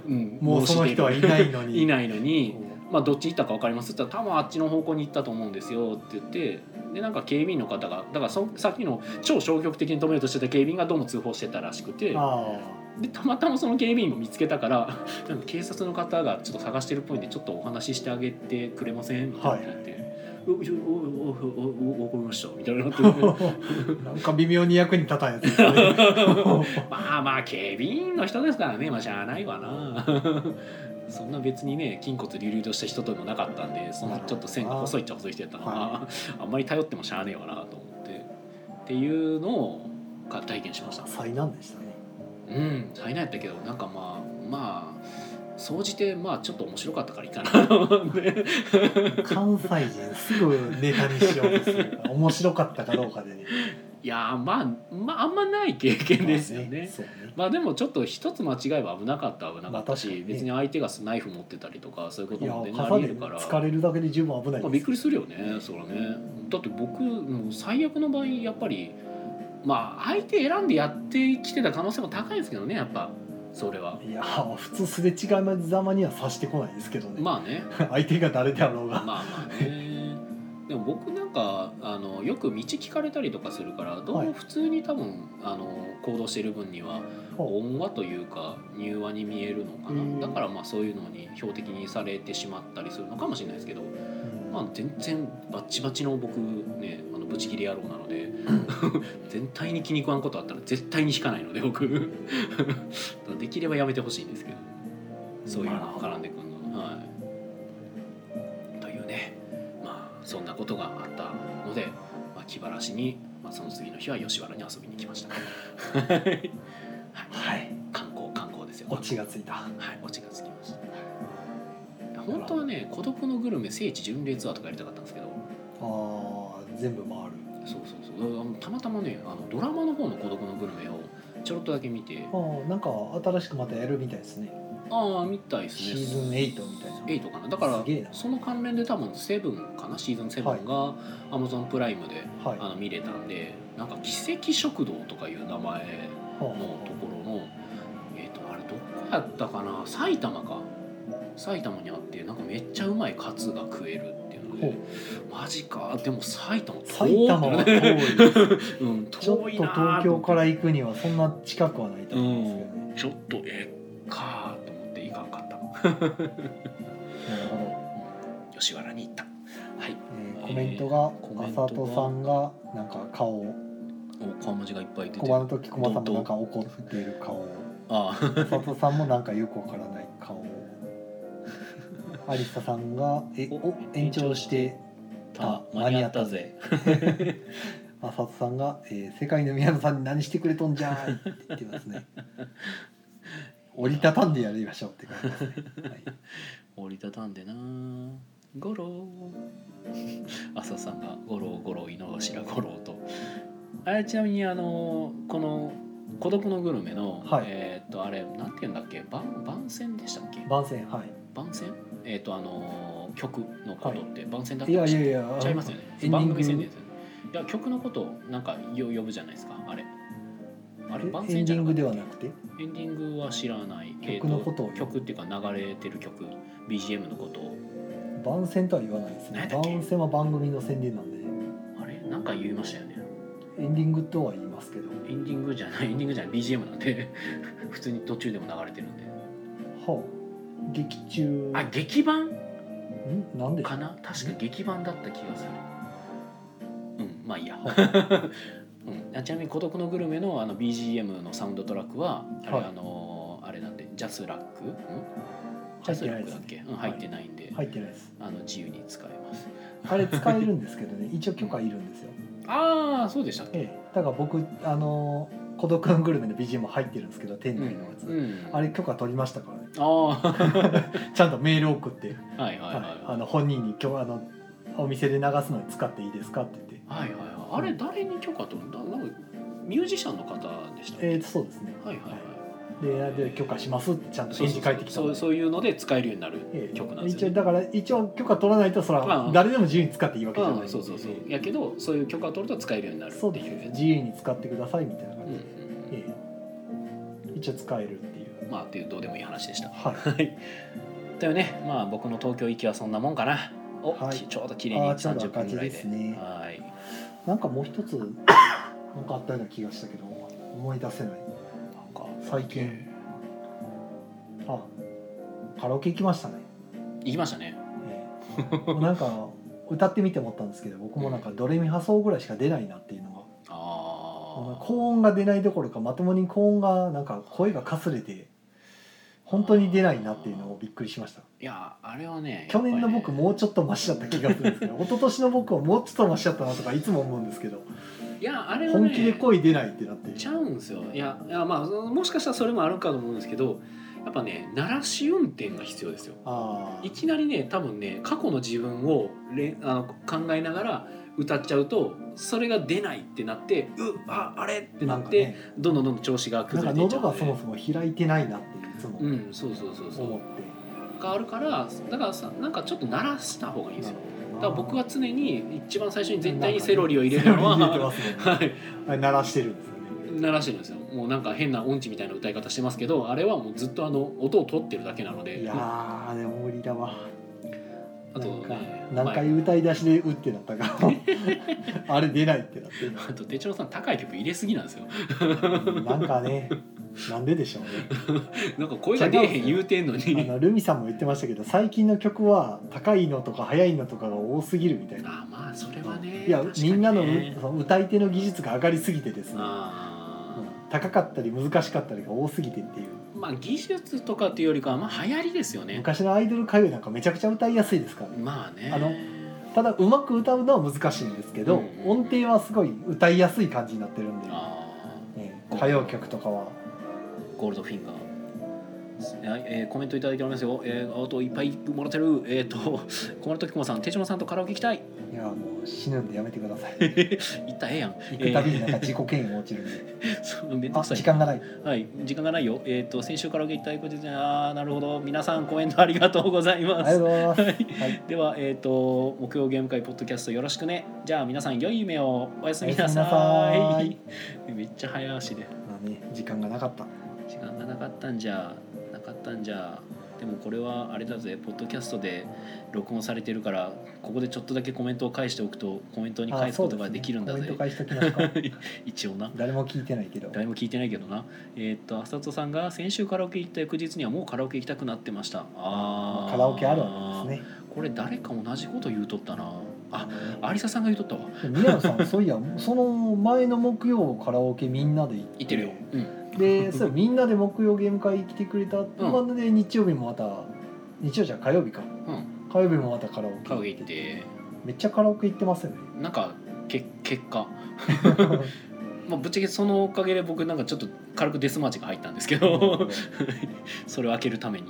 Speaker 1: うん
Speaker 2: う、もうその人はいないの に
Speaker 1: いないのに
Speaker 2: ほ。う
Speaker 1: まあ、どっち行ったか分かりますって言ったら多分あっちの方向に行ったと思うんですよって言ってでなんか警備員の方がだからそさっきの超消極的に止めようとしてた警備員がどうも通報してたらしくて
Speaker 2: あ
Speaker 1: でたまたまその警備員も見つけたからなんか警察の方がちょっと探してるっぽいんでちょっとお話ししてあげてくれませんみたいな言って。おおおおおおおおましたみたいなって
Speaker 2: あなんか微妙に役に立たんやつですねほう
Speaker 1: まあまあ警備員の人ですからねまあしゃあないわ なそんな別にね筋骨隆々とした人とでもなかったんでそんなちょっと線が細いっちゃ細い人やったのが、
Speaker 2: は
Speaker 1: あんまり頼ってもしゃあねえわなと思ってっていうのをか体験しました
Speaker 2: 災難でしたね
Speaker 1: うん災難やったけどなんかまあまあ総じてまあちょっと面白かったからいいかなと思って
Speaker 2: 関西人すぐネタにしようとするから面白かったかどうかで ね
Speaker 1: いやーまあまああんまない経験ですよね
Speaker 2: そうね
Speaker 1: まあでもちょっと一つ間違えば危なかったは危なかったし、
Speaker 2: まあ確かにね
Speaker 1: 別に相手がナイフ持ってたりとかそういうこ
Speaker 2: い
Speaker 1: と
Speaker 2: や
Speaker 1: も全然あ
Speaker 2: 傘
Speaker 1: りえ
Speaker 2: で
Speaker 1: るから
Speaker 2: 疲れるだけで十分危ない
Speaker 1: まあ、
Speaker 2: で
Speaker 1: び
Speaker 2: す
Speaker 1: っくりするよねそらねだって僕もう最悪の場合やっぱりまあ相手選んでやってきてた可能性も高いですけどねやっぱそれはい
Speaker 2: や普通すれ違いざまにはさしてこないですけどね、
Speaker 1: まあね
Speaker 2: 相手が誰であろう
Speaker 1: まあ
Speaker 2: が、
Speaker 1: まあね でも僕なんかあのよく道聞かれたりとかするからどう
Speaker 2: はい
Speaker 1: も普通に多分、あの行動してる分には
Speaker 2: ほ
Speaker 1: 温和というか柔和に見えるのか
Speaker 2: うん
Speaker 1: なだからまあそういうのに標的にされてしまったりするのかもしれないですけど
Speaker 2: ううん
Speaker 1: まあ、全然バッチバチの僕ねあのブチギレ野郎なので全体に気に食わん ことあったら絶対に引かないので僕だからできればやめてほしいんですけどそういうのが絡んでくるの、はい、というねまあそんなことがあったので、まあ、気晴らしに、まあ、その次の日は吉原に遊びに来ましたはい
Speaker 2: はい
Speaker 1: 観光観光ですよ
Speaker 2: オチがついた
Speaker 1: はいオチがつきました本当はね「孤独のグルメ聖地巡礼ツアー」とかやりたかったんですけど
Speaker 2: あー全部回る
Speaker 1: そうそうそうあのたまたまねあのドラマの方の「孤独のグルメ」をちょろっとだけ見て
Speaker 2: あーなんか新しくまたやるみたいですね
Speaker 1: ああ見たいですね
Speaker 2: シーズン8みたいな
Speaker 1: 8かなだか
Speaker 2: すげえ
Speaker 1: ら
Speaker 2: な
Speaker 1: その関連で多分7かなシーズン7が Amazon プライムで
Speaker 2: はい
Speaker 1: あの見れたんでなんか「奇跡食堂」とかいう名前
Speaker 2: ほう
Speaker 1: の
Speaker 2: ほ
Speaker 1: ところのえっ、とあれどこやったかな埼玉か埼玉にあってなんかめっちゃうまいカツが食えるっていうの
Speaker 2: うほう
Speaker 1: でマジかでも埼玉遠
Speaker 2: 埼玉は
Speaker 1: ってね
Speaker 2: 遠い
Speaker 1: うん
Speaker 2: ちょっと
Speaker 1: 遠いなーと
Speaker 2: 東京
Speaker 1: 思って
Speaker 2: から行くにはそんな近くはないと思うんですけどね、
Speaker 1: ちょっとええかーと思っていかんかった
Speaker 2: なるほど、
Speaker 1: 吉原に行ったはい
Speaker 2: えーコメントが
Speaker 1: コメントが
Speaker 2: 浅戸さんがなんか顔を
Speaker 1: お顔文字がいっぱい出て
Speaker 2: 駒の時駒さんもなんか怒っている顔を
Speaker 1: ああ
Speaker 2: 浅戸さんもなんかよくわからない顔 を有沙さんが「え
Speaker 1: お
Speaker 2: お延長して
Speaker 1: た
Speaker 2: た
Speaker 1: 間に合ったぜ」
Speaker 2: 浅戸さんが、えー世界の宮野さんに何してくれとんじゃーい」って言ってます ね折りたたんでやりましょうって感じですね、はい
Speaker 1: 折りたたんでなゴロー 浅さんがゴローゴロー井の頭ゴローとあれちなみにあのこの「孤独のグルメの」
Speaker 2: はい
Speaker 1: えーっとあれなんて言うんだっけ番番宣でしたっけ
Speaker 2: 番宣はい
Speaker 1: 番宣えーっとあの曲のことって番宣だっ
Speaker 2: い
Speaker 1: た
Speaker 2: や
Speaker 1: りし
Speaker 2: いやい
Speaker 1: て
Speaker 2: や
Speaker 1: ちゃいますよね
Speaker 2: エンディン
Speaker 1: 番
Speaker 2: グ
Speaker 1: 組宣伝ですよねいや曲のことをなんかよ呼ぶじゃないですかあれあれ番
Speaker 2: えエン
Speaker 1: 宣じ
Speaker 2: デ
Speaker 1: ゃ
Speaker 2: ィ
Speaker 1: な
Speaker 2: ン
Speaker 1: かっ
Speaker 2: グ
Speaker 1: た
Speaker 2: で
Speaker 1: っ
Speaker 2: は
Speaker 1: け
Speaker 2: なくて
Speaker 1: エンディングは知らない
Speaker 2: 曲のことを
Speaker 1: えー曲っていうか流れてる曲 BGM のことを
Speaker 2: 番宣とは言わないですね
Speaker 1: 何だっけ
Speaker 2: 番宣は番組の宣伝なんで
Speaker 1: あれなんか言いましたよね
Speaker 2: エンディングとは言いますけど
Speaker 1: エンディングじゃないエンディングじゃない BGM なんで 普通に途中でも流れてるんで
Speaker 2: はあ劇中
Speaker 1: あ劇版
Speaker 2: んなんで
Speaker 1: かな確か劇版だった気がするうんまあいいや、 うん、あちなみに「孤独のグルメの」あの BGM のサウンドトラックはあれ、
Speaker 2: はい
Speaker 1: あのーあれなんでジャスラックんジャ
Speaker 2: 入っ
Speaker 1: ス
Speaker 2: て
Speaker 1: ラ
Speaker 2: な
Speaker 1: ッ
Speaker 2: い
Speaker 1: ク
Speaker 2: で
Speaker 1: だ
Speaker 2: す
Speaker 1: っけ、
Speaker 2: ね
Speaker 1: うん、入ってないんで、
Speaker 2: 入ってないです
Speaker 1: あの自由に使えます
Speaker 2: あれ使えるんですけ どね一応許可いるんですよ
Speaker 1: ああそうでしたっけ、
Speaker 2: ええだから僕あのー孤独のグルメの BGM 入ってるんですけど店内のやつ、
Speaker 1: うん、
Speaker 2: あれ許可取りましたからね
Speaker 1: ああは
Speaker 2: ちゃんとメール送って、
Speaker 1: い はいはい
Speaker 2: はいあの本人に今日あのお店で流すのに使っていいですかって言って
Speaker 1: はいはいはいあれ誰に許可取るんだなんかミュージシャンの方でしたっけ
Speaker 2: えー、とそうですね
Speaker 1: はいはいはい
Speaker 2: でで許可しますってちゃんと返事返ってきた
Speaker 1: そうそういうので使えるようになる
Speaker 2: ええ
Speaker 1: 曲なんです
Speaker 2: 一
Speaker 1: よ
Speaker 2: 応
Speaker 1: ね
Speaker 2: だから一応許可取らないとそれ
Speaker 1: ああ
Speaker 2: は誰でも自由に使っていいわけじゃな
Speaker 1: う
Speaker 2: いんで
Speaker 1: んそうそうそ
Speaker 2: え
Speaker 1: う
Speaker 2: え
Speaker 1: やけどそういう許可を取ると使えるようになる
Speaker 2: そう
Speaker 1: って
Speaker 2: で
Speaker 1: い
Speaker 2: す
Speaker 1: う
Speaker 2: ね自由に使ってくださいみたいな
Speaker 1: うん
Speaker 2: 感
Speaker 1: う
Speaker 2: じ
Speaker 1: ん
Speaker 2: で、ええ一応使えるっていう
Speaker 1: うんまあっていうどうでもいい話でした
Speaker 2: は い
Speaker 1: はいというねまあ僕の東京行きはそんなもんかなお、
Speaker 2: はい
Speaker 1: きちょうど綺麗に
Speaker 2: あーちょうど
Speaker 1: 30分ぐらい
Speaker 2: 赤字で
Speaker 1: です
Speaker 2: ね
Speaker 1: はい
Speaker 2: なんかもう一つなんかあったような気がしたけど思い出せない
Speaker 1: なんか
Speaker 2: 最近あカラオケ行きましたね、
Speaker 1: 行きましたね
Speaker 2: ええなんか歌ってみて思ったんですけど僕もなんかドレミファソーぐらいしか出ないなっていうのが
Speaker 1: ああ
Speaker 2: 高音が出ないどころかまともに高音がなんか声がかすれて本当に出ないなっていうのをびっくりしました
Speaker 1: いやあれはね
Speaker 2: 去年の僕
Speaker 1: も
Speaker 2: もうちょっとマシだった気がするんですけど一昨年の僕はもうちょっとマシだったなとかいつも思うんです けど
Speaker 1: いやあれはね
Speaker 2: 本気で声出ないってなって
Speaker 1: ちゃうんですよいやいやまあそのもしかしたらそれもあるかと思うんですけどやっぱね鳴らし運転が必要ですよ
Speaker 2: あ
Speaker 1: いきなりね多分ね過去の自分をれあの考えながら歌っちゃうとそれが出ないってなってうああれって
Speaker 2: あ
Speaker 1: な
Speaker 2: なん
Speaker 1: っ
Speaker 2: か
Speaker 1: て
Speaker 2: ね
Speaker 1: どんどんどんどん調子が
Speaker 2: なん
Speaker 1: 崩
Speaker 2: か
Speaker 1: れていっちゃ
Speaker 2: 喉
Speaker 1: うの
Speaker 2: が
Speaker 1: で
Speaker 2: そもそも開いてないなっていつも
Speaker 1: うんそうそうそうそう
Speaker 2: 思って
Speaker 1: があるからだからさなんかちょっと鳴らした方がいいんですよだから僕
Speaker 2: は
Speaker 1: は常に一番最初に絶対にセロリを入れるのは、
Speaker 2: 入れてますね
Speaker 1: はい
Speaker 2: あれ鳴らしてるんですよね
Speaker 1: 鳴らしてるんですよもうなんか変な音痴みたいな歌い方してますけどあれはもうずっとあの音を取ってるだけなので
Speaker 2: いや
Speaker 1: あ
Speaker 2: ーでも無理だわ
Speaker 1: と
Speaker 2: なんか
Speaker 1: ね
Speaker 2: 何回歌い出しで「う」ってなっ たかあれ出ないってなって
Speaker 1: あと手帳さん高い曲入れすぎなんですよ
Speaker 2: なんかねなんででしょうね
Speaker 1: なんか声が出えへん言うてんの
Speaker 2: あ
Speaker 1: に
Speaker 2: のルミさんも言ってましたけど最近の曲は高いのとか速いのとかが多すぎるみたいな
Speaker 1: あまあそれはね
Speaker 2: いや
Speaker 1: 確かに
Speaker 2: み
Speaker 1: ね
Speaker 2: んなのその歌い手の技術が上がりすぎてですね
Speaker 1: あ
Speaker 2: うん高かったり難しかったりが多すぎてっていう
Speaker 1: まあ技術とかっていうよりかはまあ流行りですよね
Speaker 2: 昔のアイドル歌謡なんかめちゃくちゃ歌いやすいですからね
Speaker 1: まあね
Speaker 2: あのただうまく歌うのは難しいんですけど、
Speaker 1: うん
Speaker 2: 音程はすごい歌いやすい感じになってるんで、
Speaker 1: あ
Speaker 2: ね歌謡曲とかは
Speaker 1: ーゴールドフィンガーはいえーコメントいただいておりますよ、えー、あといっぱいもらってるえっ、ー、と 小丸時子さん手島さんとカラオケ行きたい
Speaker 2: いやもう死ぬんでやめてください
Speaker 1: 行ったらええやん
Speaker 2: 行くたびになんか自己嫌悪落ちるんで、
Speaker 1: えーそう めんど
Speaker 2: あ
Speaker 1: くさい
Speaker 2: 時間がない
Speaker 1: はい、時間がないよ。えっ、と先週カラオケ行ったいことじゃあーなるほど。皆さんコメントありがとうござい
Speaker 2: あ
Speaker 1: ま
Speaker 2: りがとう
Speaker 1: す。
Speaker 2: ございます、
Speaker 1: はい
Speaker 2: はい、
Speaker 1: ではえっ、と木曜ゲーム会ポッドキャストよろしくね。じゃあ皆さん良い夢をおやすみなさい。
Speaker 2: おやすみ
Speaker 1: めっちゃ早足で
Speaker 2: まあね時間がなかった
Speaker 1: 時間がなかったんじゃなかったんじゃ。でもこれはあれだぜ。ポッドキャストで録音されてるからここでちょっとだけコメントを返しておくとコメントに返すことができるんだ
Speaker 2: あ
Speaker 1: ぜ。
Speaker 2: そうですねコメント返しときますか
Speaker 1: 一応な。
Speaker 2: 誰も聞いてないけど
Speaker 1: 誰も聞いてないけどなえーっと浅戸さんが先週カラオケ行った翌日にはもうカラオケ行きたくなってましたあー
Speaker 2: カラオケあるあるですね
Speaker 1: これ誰か同じこと言うとったなあ有沙さんが言うとったわ
Speaker 2: で宮野さんそういやその前の木曜カラオケみんなで行って
Speaker 1: 言ってるよ、うん、
Speaker 2: でそうみんなで木曜ゲーム会来てくれたまんで日曜日もまた日曜じゃ火曜日か
Speaker 1: うん、
Speaker 2: 火曜日もまたカラオケ
Speaker 1: カラオケ行って
Speaker 2: めっちゃカラオケ行ってますよ ね
Speaker 1: なんかけ結果、まあ、ぶっちゃけそのおかげで僕なんかちょっと軽くデスマーチが入ったんですけど それを開けるために。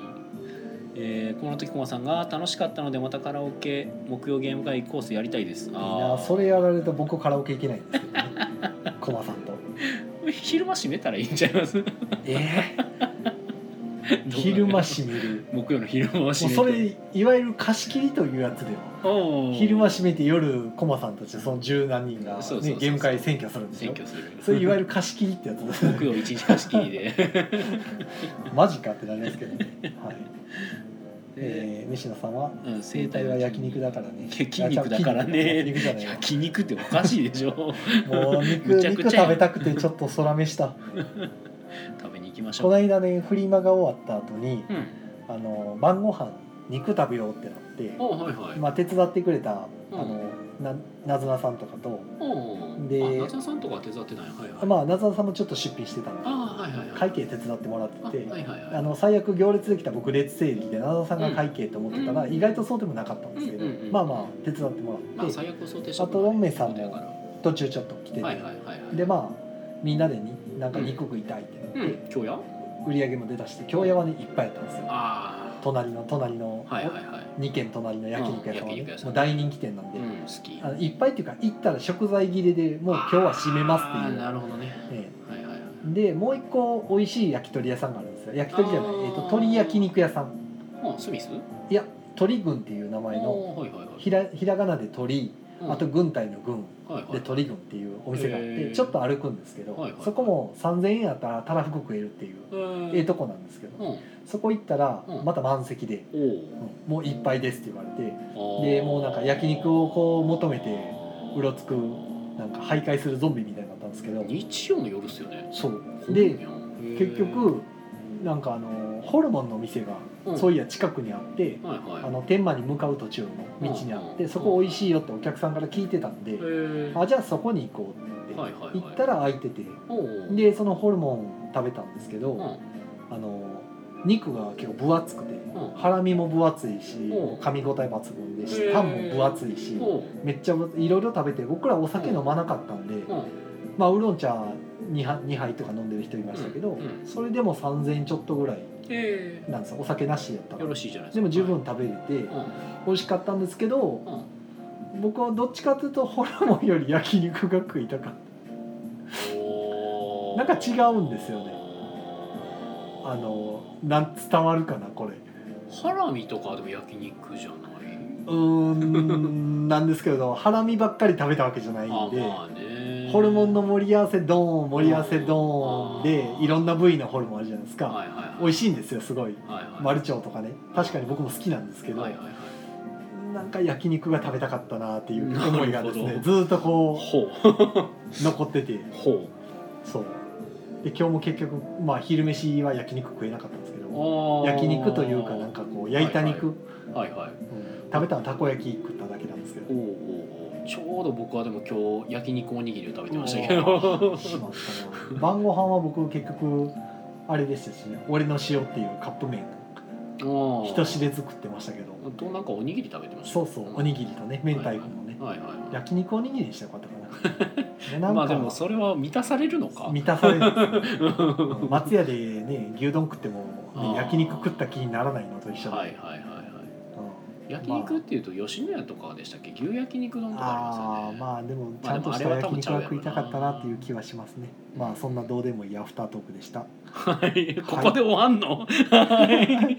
Speaker 1: えー、この時駒さんが楽しかったのでまたカラオケ木曜ゲーム会コースやりたいです。
Speaker 2: いいな
Speaker 1: ー
Speaker 2: それやられると僕カラオケ行けないんですけど ねコマさんと
Speaker 1: 昼間閉めたらいいんちゃい ます
Speaker 2: えー、昼間閉める
Speaker 1: 木曜の昼間は閉
Speaker 2: もう
Speaker 1: めて
Speaker 2: それいわゆる貸し切りというやつでは
Speaker 1: おう
Speaker 2: 昼間閉めて夜コマさんたちその十何人が、
Speaker 1: そうそうそう
Speaker 2: ね
Speaker 1: そ、う
Speaker 2: ゲーム会選挙するんです
Speaker 1: 選
Speaker 2: よ
Speaker 1: 挙する
Speaker 2: それい わゆる貸し切りってやつです
Speaker 1: 木曜一日貸し切りで
Speaker 2: マジかってなりますけ どね、はい
Speaker 1: で
Speaker 2: えー、西野さんは
Speaker 1: うん
Speaker 2: 「生
Speaker 1: 生
Speaker 2: 体
Speaker 1: 体
Speaker 2: は
Speaker 1: は
Speaker 2: 焼
Speaker 1: 焼
Speaker 2: 肉
Speaker 1: 肉
Speaker 2: だ
Speaker 1: だ
Speaker 2: か
Speaker 1: からら
Speaker 2: ね
Speaker 1: ね」焼肉だからね
Speaker 2: 焼肉じゃないわ
Speaker 1: 焼肉っておかしいでしょ
Speaker 2: もう肉
Speaker 1: むちゃくちゃ
Speaker 2: 肉食べたくてちょっと空飯した
Speaker 1: 食べに行きまし
Speaker 2: こ
Speaker 1: ょ
Speaker 2: の
Speaker 1: う
Speaker 2: 間ねフリマが終わった後に
Speaker 1: うん
Speaker 2: あの晩ご飯肉食べようってなって、
Speaker 1: おうはいはい、
Speaker 2: まあ、手伝ってくれたあ
Speaker 1: うん
Speaker 2: のななずなさんとかと、
Speaker 1: おう
Speaker 2: で
Speaker 1: あ夏菜さんとか手伝ってないはいはい、
Speaker 2: まあ、なずなさんもちょっと出品してたんで
Speaker 1: ああはいはいはい
Speaker 2: 会計手伝ってもら
Speaker 1: あ
Speaker 2: っ
Speaker 1: は
Speaker 2: て
Speaker 1: い
Speaker 2: て
Speaker 1: はいはい
Speaker 2: あの最悪行列できた僕列整理でなずなさんが会計と思ってたら
Speaker 1: う
Speaker 2: 意外とそうでもなかったんですけど
Speaker 1: うんうんうん
Speaker 2: まあまあ手伝っても
Speaker 1: ま
Speaker 2: らっ
Speaker 1: あ
Speaker 2: て
Speaker 1: 最悪を想定して
Speaker 2: あとロンメイさんも
Speaker 1: だからは
Speaker 2: 途中ちょっと来て
Speaker 1: い
Speaker 2: て
Speaker 1: はいはいはい
Speaker 2: でまあみんなでになんか肉食いたいってなって、
Speaker 1: うん今日や
Speaker 2: 売り上げも出だして京屋はねいっぱいやったんですよ
Speaker 1: あ
Speaker 2: 隣の隣の、
Speaker 1: あはいはいはい
Speaker 2: 2軒隣の焼肉屋さん
Speaker 1: う
Speaker 2: はね、
Speaker 1: ん焼肉屋さん
Speaker 2: もう大人気店なんで、
Speaker 1: うん好き
Speaker 2: あのいっぱいっていうか行ったら食材切れでもう今日は閉めますっていう
Speaker 1: あーなるほどね
Speaker 2: え
Speaker 1: はいはいはい
Speaker 2: えでもう一個美味しい焼き鳥屋さんがあるんですよ焼き鳥じゃない、
Speaker 1: あー
Speaker 2: えっと鶏焼肉屋さん
Speaker 1: おスミス
Speaker 2: いや鳥軍っていう名前の
Speaker 1: おーはいはいはい
Speaker 2: ひらひらがなで鳥
Speaker 1: うん
Speaker 2: あと軍隊の軍
Speaker 1: はいはい
Speaker 2: で鳥軍っていうお店があっ
Speaker 1: へ
Speaker 2: て
Speaker 1: ー
Speaker 2: ちょっと歩くんですけど、
Speaker 1: はいはい
Speaker 2: そこも3,000円やったらたらふく食えるっていうええとこなんですけど
Speaker 1: うん、お
Speaker 2: そこ行ったら
Speaker 1: うん
Speaker 2: また満席で、うんもういっぱいですって言われて
Speaker 1: お
Speaker 2: でもうなんか焼肉をこう求めてうろつくなんか
Speaker 1: い
Speaker 2: 徘徊するゾンビみたいになったんですけど
Speaker 1: 日曜の夜っすよね
Speaker 2: そう
Speaker 1: へ
Speaker 2: で
Speaker 1: ー
Speaker 2: 結局なんかあのホルモンの店が
Speaker 1: うん
Speaker 2: そういや近くにあって
Speaker 1: はいはい
Speaker 2: あの天満に向かう途中の道にあっ
Speaker 1: う
Speaker 2: て
Speaker 1: ん
Speaker 2: そこ美味しいよってお客さんから聞いてたんで
Speaker 1: へー
Speaker 2: あじゃあそこに行こうって
Speaker 1: はいはいはい
Speaker 2: 行ったら空いてて
Speaker 1: おー
Speaker 2: でそのホルモン食べたんですけ
Speaker 1: うん
Speaker 2: どあの肉が結構分厚くて
Speaker 1: うん
Speaker 2: ハラミも分厚いし
Speaker 1: うん
Speaker 2: 噛み応え抜群でし
Speaker 1: へー
Speaker 2: タンも分厚いし
Speaker 1: おー
Speaker 2: めっちゃ分厚いいろいろ食べて僕らお酒飲まなかったんで
Speaker 1: うん
Speaker 2: まあウーロン茶 2, 杯2杯とか飲んでる人いましたけ
Speaker 1: う
Speaker 2: ど、
Speaker 1: んうん
Speaker 2: それでも3000円ちょっとぐらい
Speaker 1: え
Speaker 2: なんですよお酒なしやった
Speaker 1: ーよ
Speaker 2: ら
Speaker 1: ろしいじゃないです
Speaker 2: で
Speaker 1: か
Speaker 2: も十分
Speaker 1: は
Speaker 2: 食べれて
Speaker 1: いうん
Speaker 2: 美味しかったんですけど
Speaker 1: うん
Speaker 2: 僕はどっちかというとホルモンより焼肉が食いたかった
Speaker 1: おー
Speaker 2: なんか違うんですよねあのなん伝わるかなこれ
Speaker 1: ハラミとかでも焼肉じゃない、
Speaker 2: うーんなんですけれど ハラミばっかり食べたわけじゃない
Speaker 1: あ
Speaker 2: んで
Speaker 1: まあね
Speaker 2: ホルモンの盛り合わせドーン盛り合わせドーン
Speaker 1: あー
Speaker 2: でいろんな部位のホルモンあるじゃないですか
Speaker 1: はいはいはい
Speaker 2: 美味しいんですよすごい
Speaker 1: はいはい
Speaker 2: マルチョウとかね確かに僕も好きなんですけど、
Speaker 1: はいはいはい
Speaker 2: なんか焼肉が食べたかったなっていう思いがです
Speaker 1: なる
Speaker 2: ね
Speaker 1: ほ
Speaker 2: ずーっとこ
Speaker 1: ほ
Speaker 2: う残ってて
Speaker 1: うほ
Speaker 2: そうで今日も結局まあ昼飯は焼肉食えなかったんですけど
Speaker 1: う
Speaker 2: 焼肉というかなんかこう焼いた肉、
Speaker 1: はいはい
Speaker 2: うん食べたのはたこ焼き食っただけなんですけど
Speaker 1: おうおうおうちょうど僕はでも今日焼肉おにぎりを食べてましたけど
Speaker 2: しまったな晩ご飯は僕結局あれでしたしね「俺の塩」っていうカップ麺
Speaker 1: お
Speaker 2: 人知れず食ってましたけど
Speaker 1: となんかおにぎり食べてました
Speaker 2: そうそうおにぎりとね明太子もね
Speaker 1: はいはいはい
Speaker 2: 焼肉おにぎりにしたかったか なねなんか
Speaker 1: まあでもそれは満たされるの か
Speaker 2: 満たされるんですようん松屋でね牛丼食ってもね、
Speaker 1: あー
Speaker 2: 焼肉食った気にならないのと一緒で、
Speaker 1: はいはいはいはい
Speaker 2: うん
Speaker 1: 焼肉っていうと吉野家とかでしたっけ牛焼肉丼とかあ
Speaker 2: あ
Speaker 1: りますよね
Speaker 2: ーまあでもちゃんとした
Speaker 1: まあでもあれは多
Speaker 2: 焼
Speaker 1: 分
Speaker 2: 肉は食いたかったなっていう気はしますね
Speaker 1: ちゃうやろな
Speaker 2: まあそんなどうでもいいアフタートークでした
Speaker 1: はいここで終わんの、はい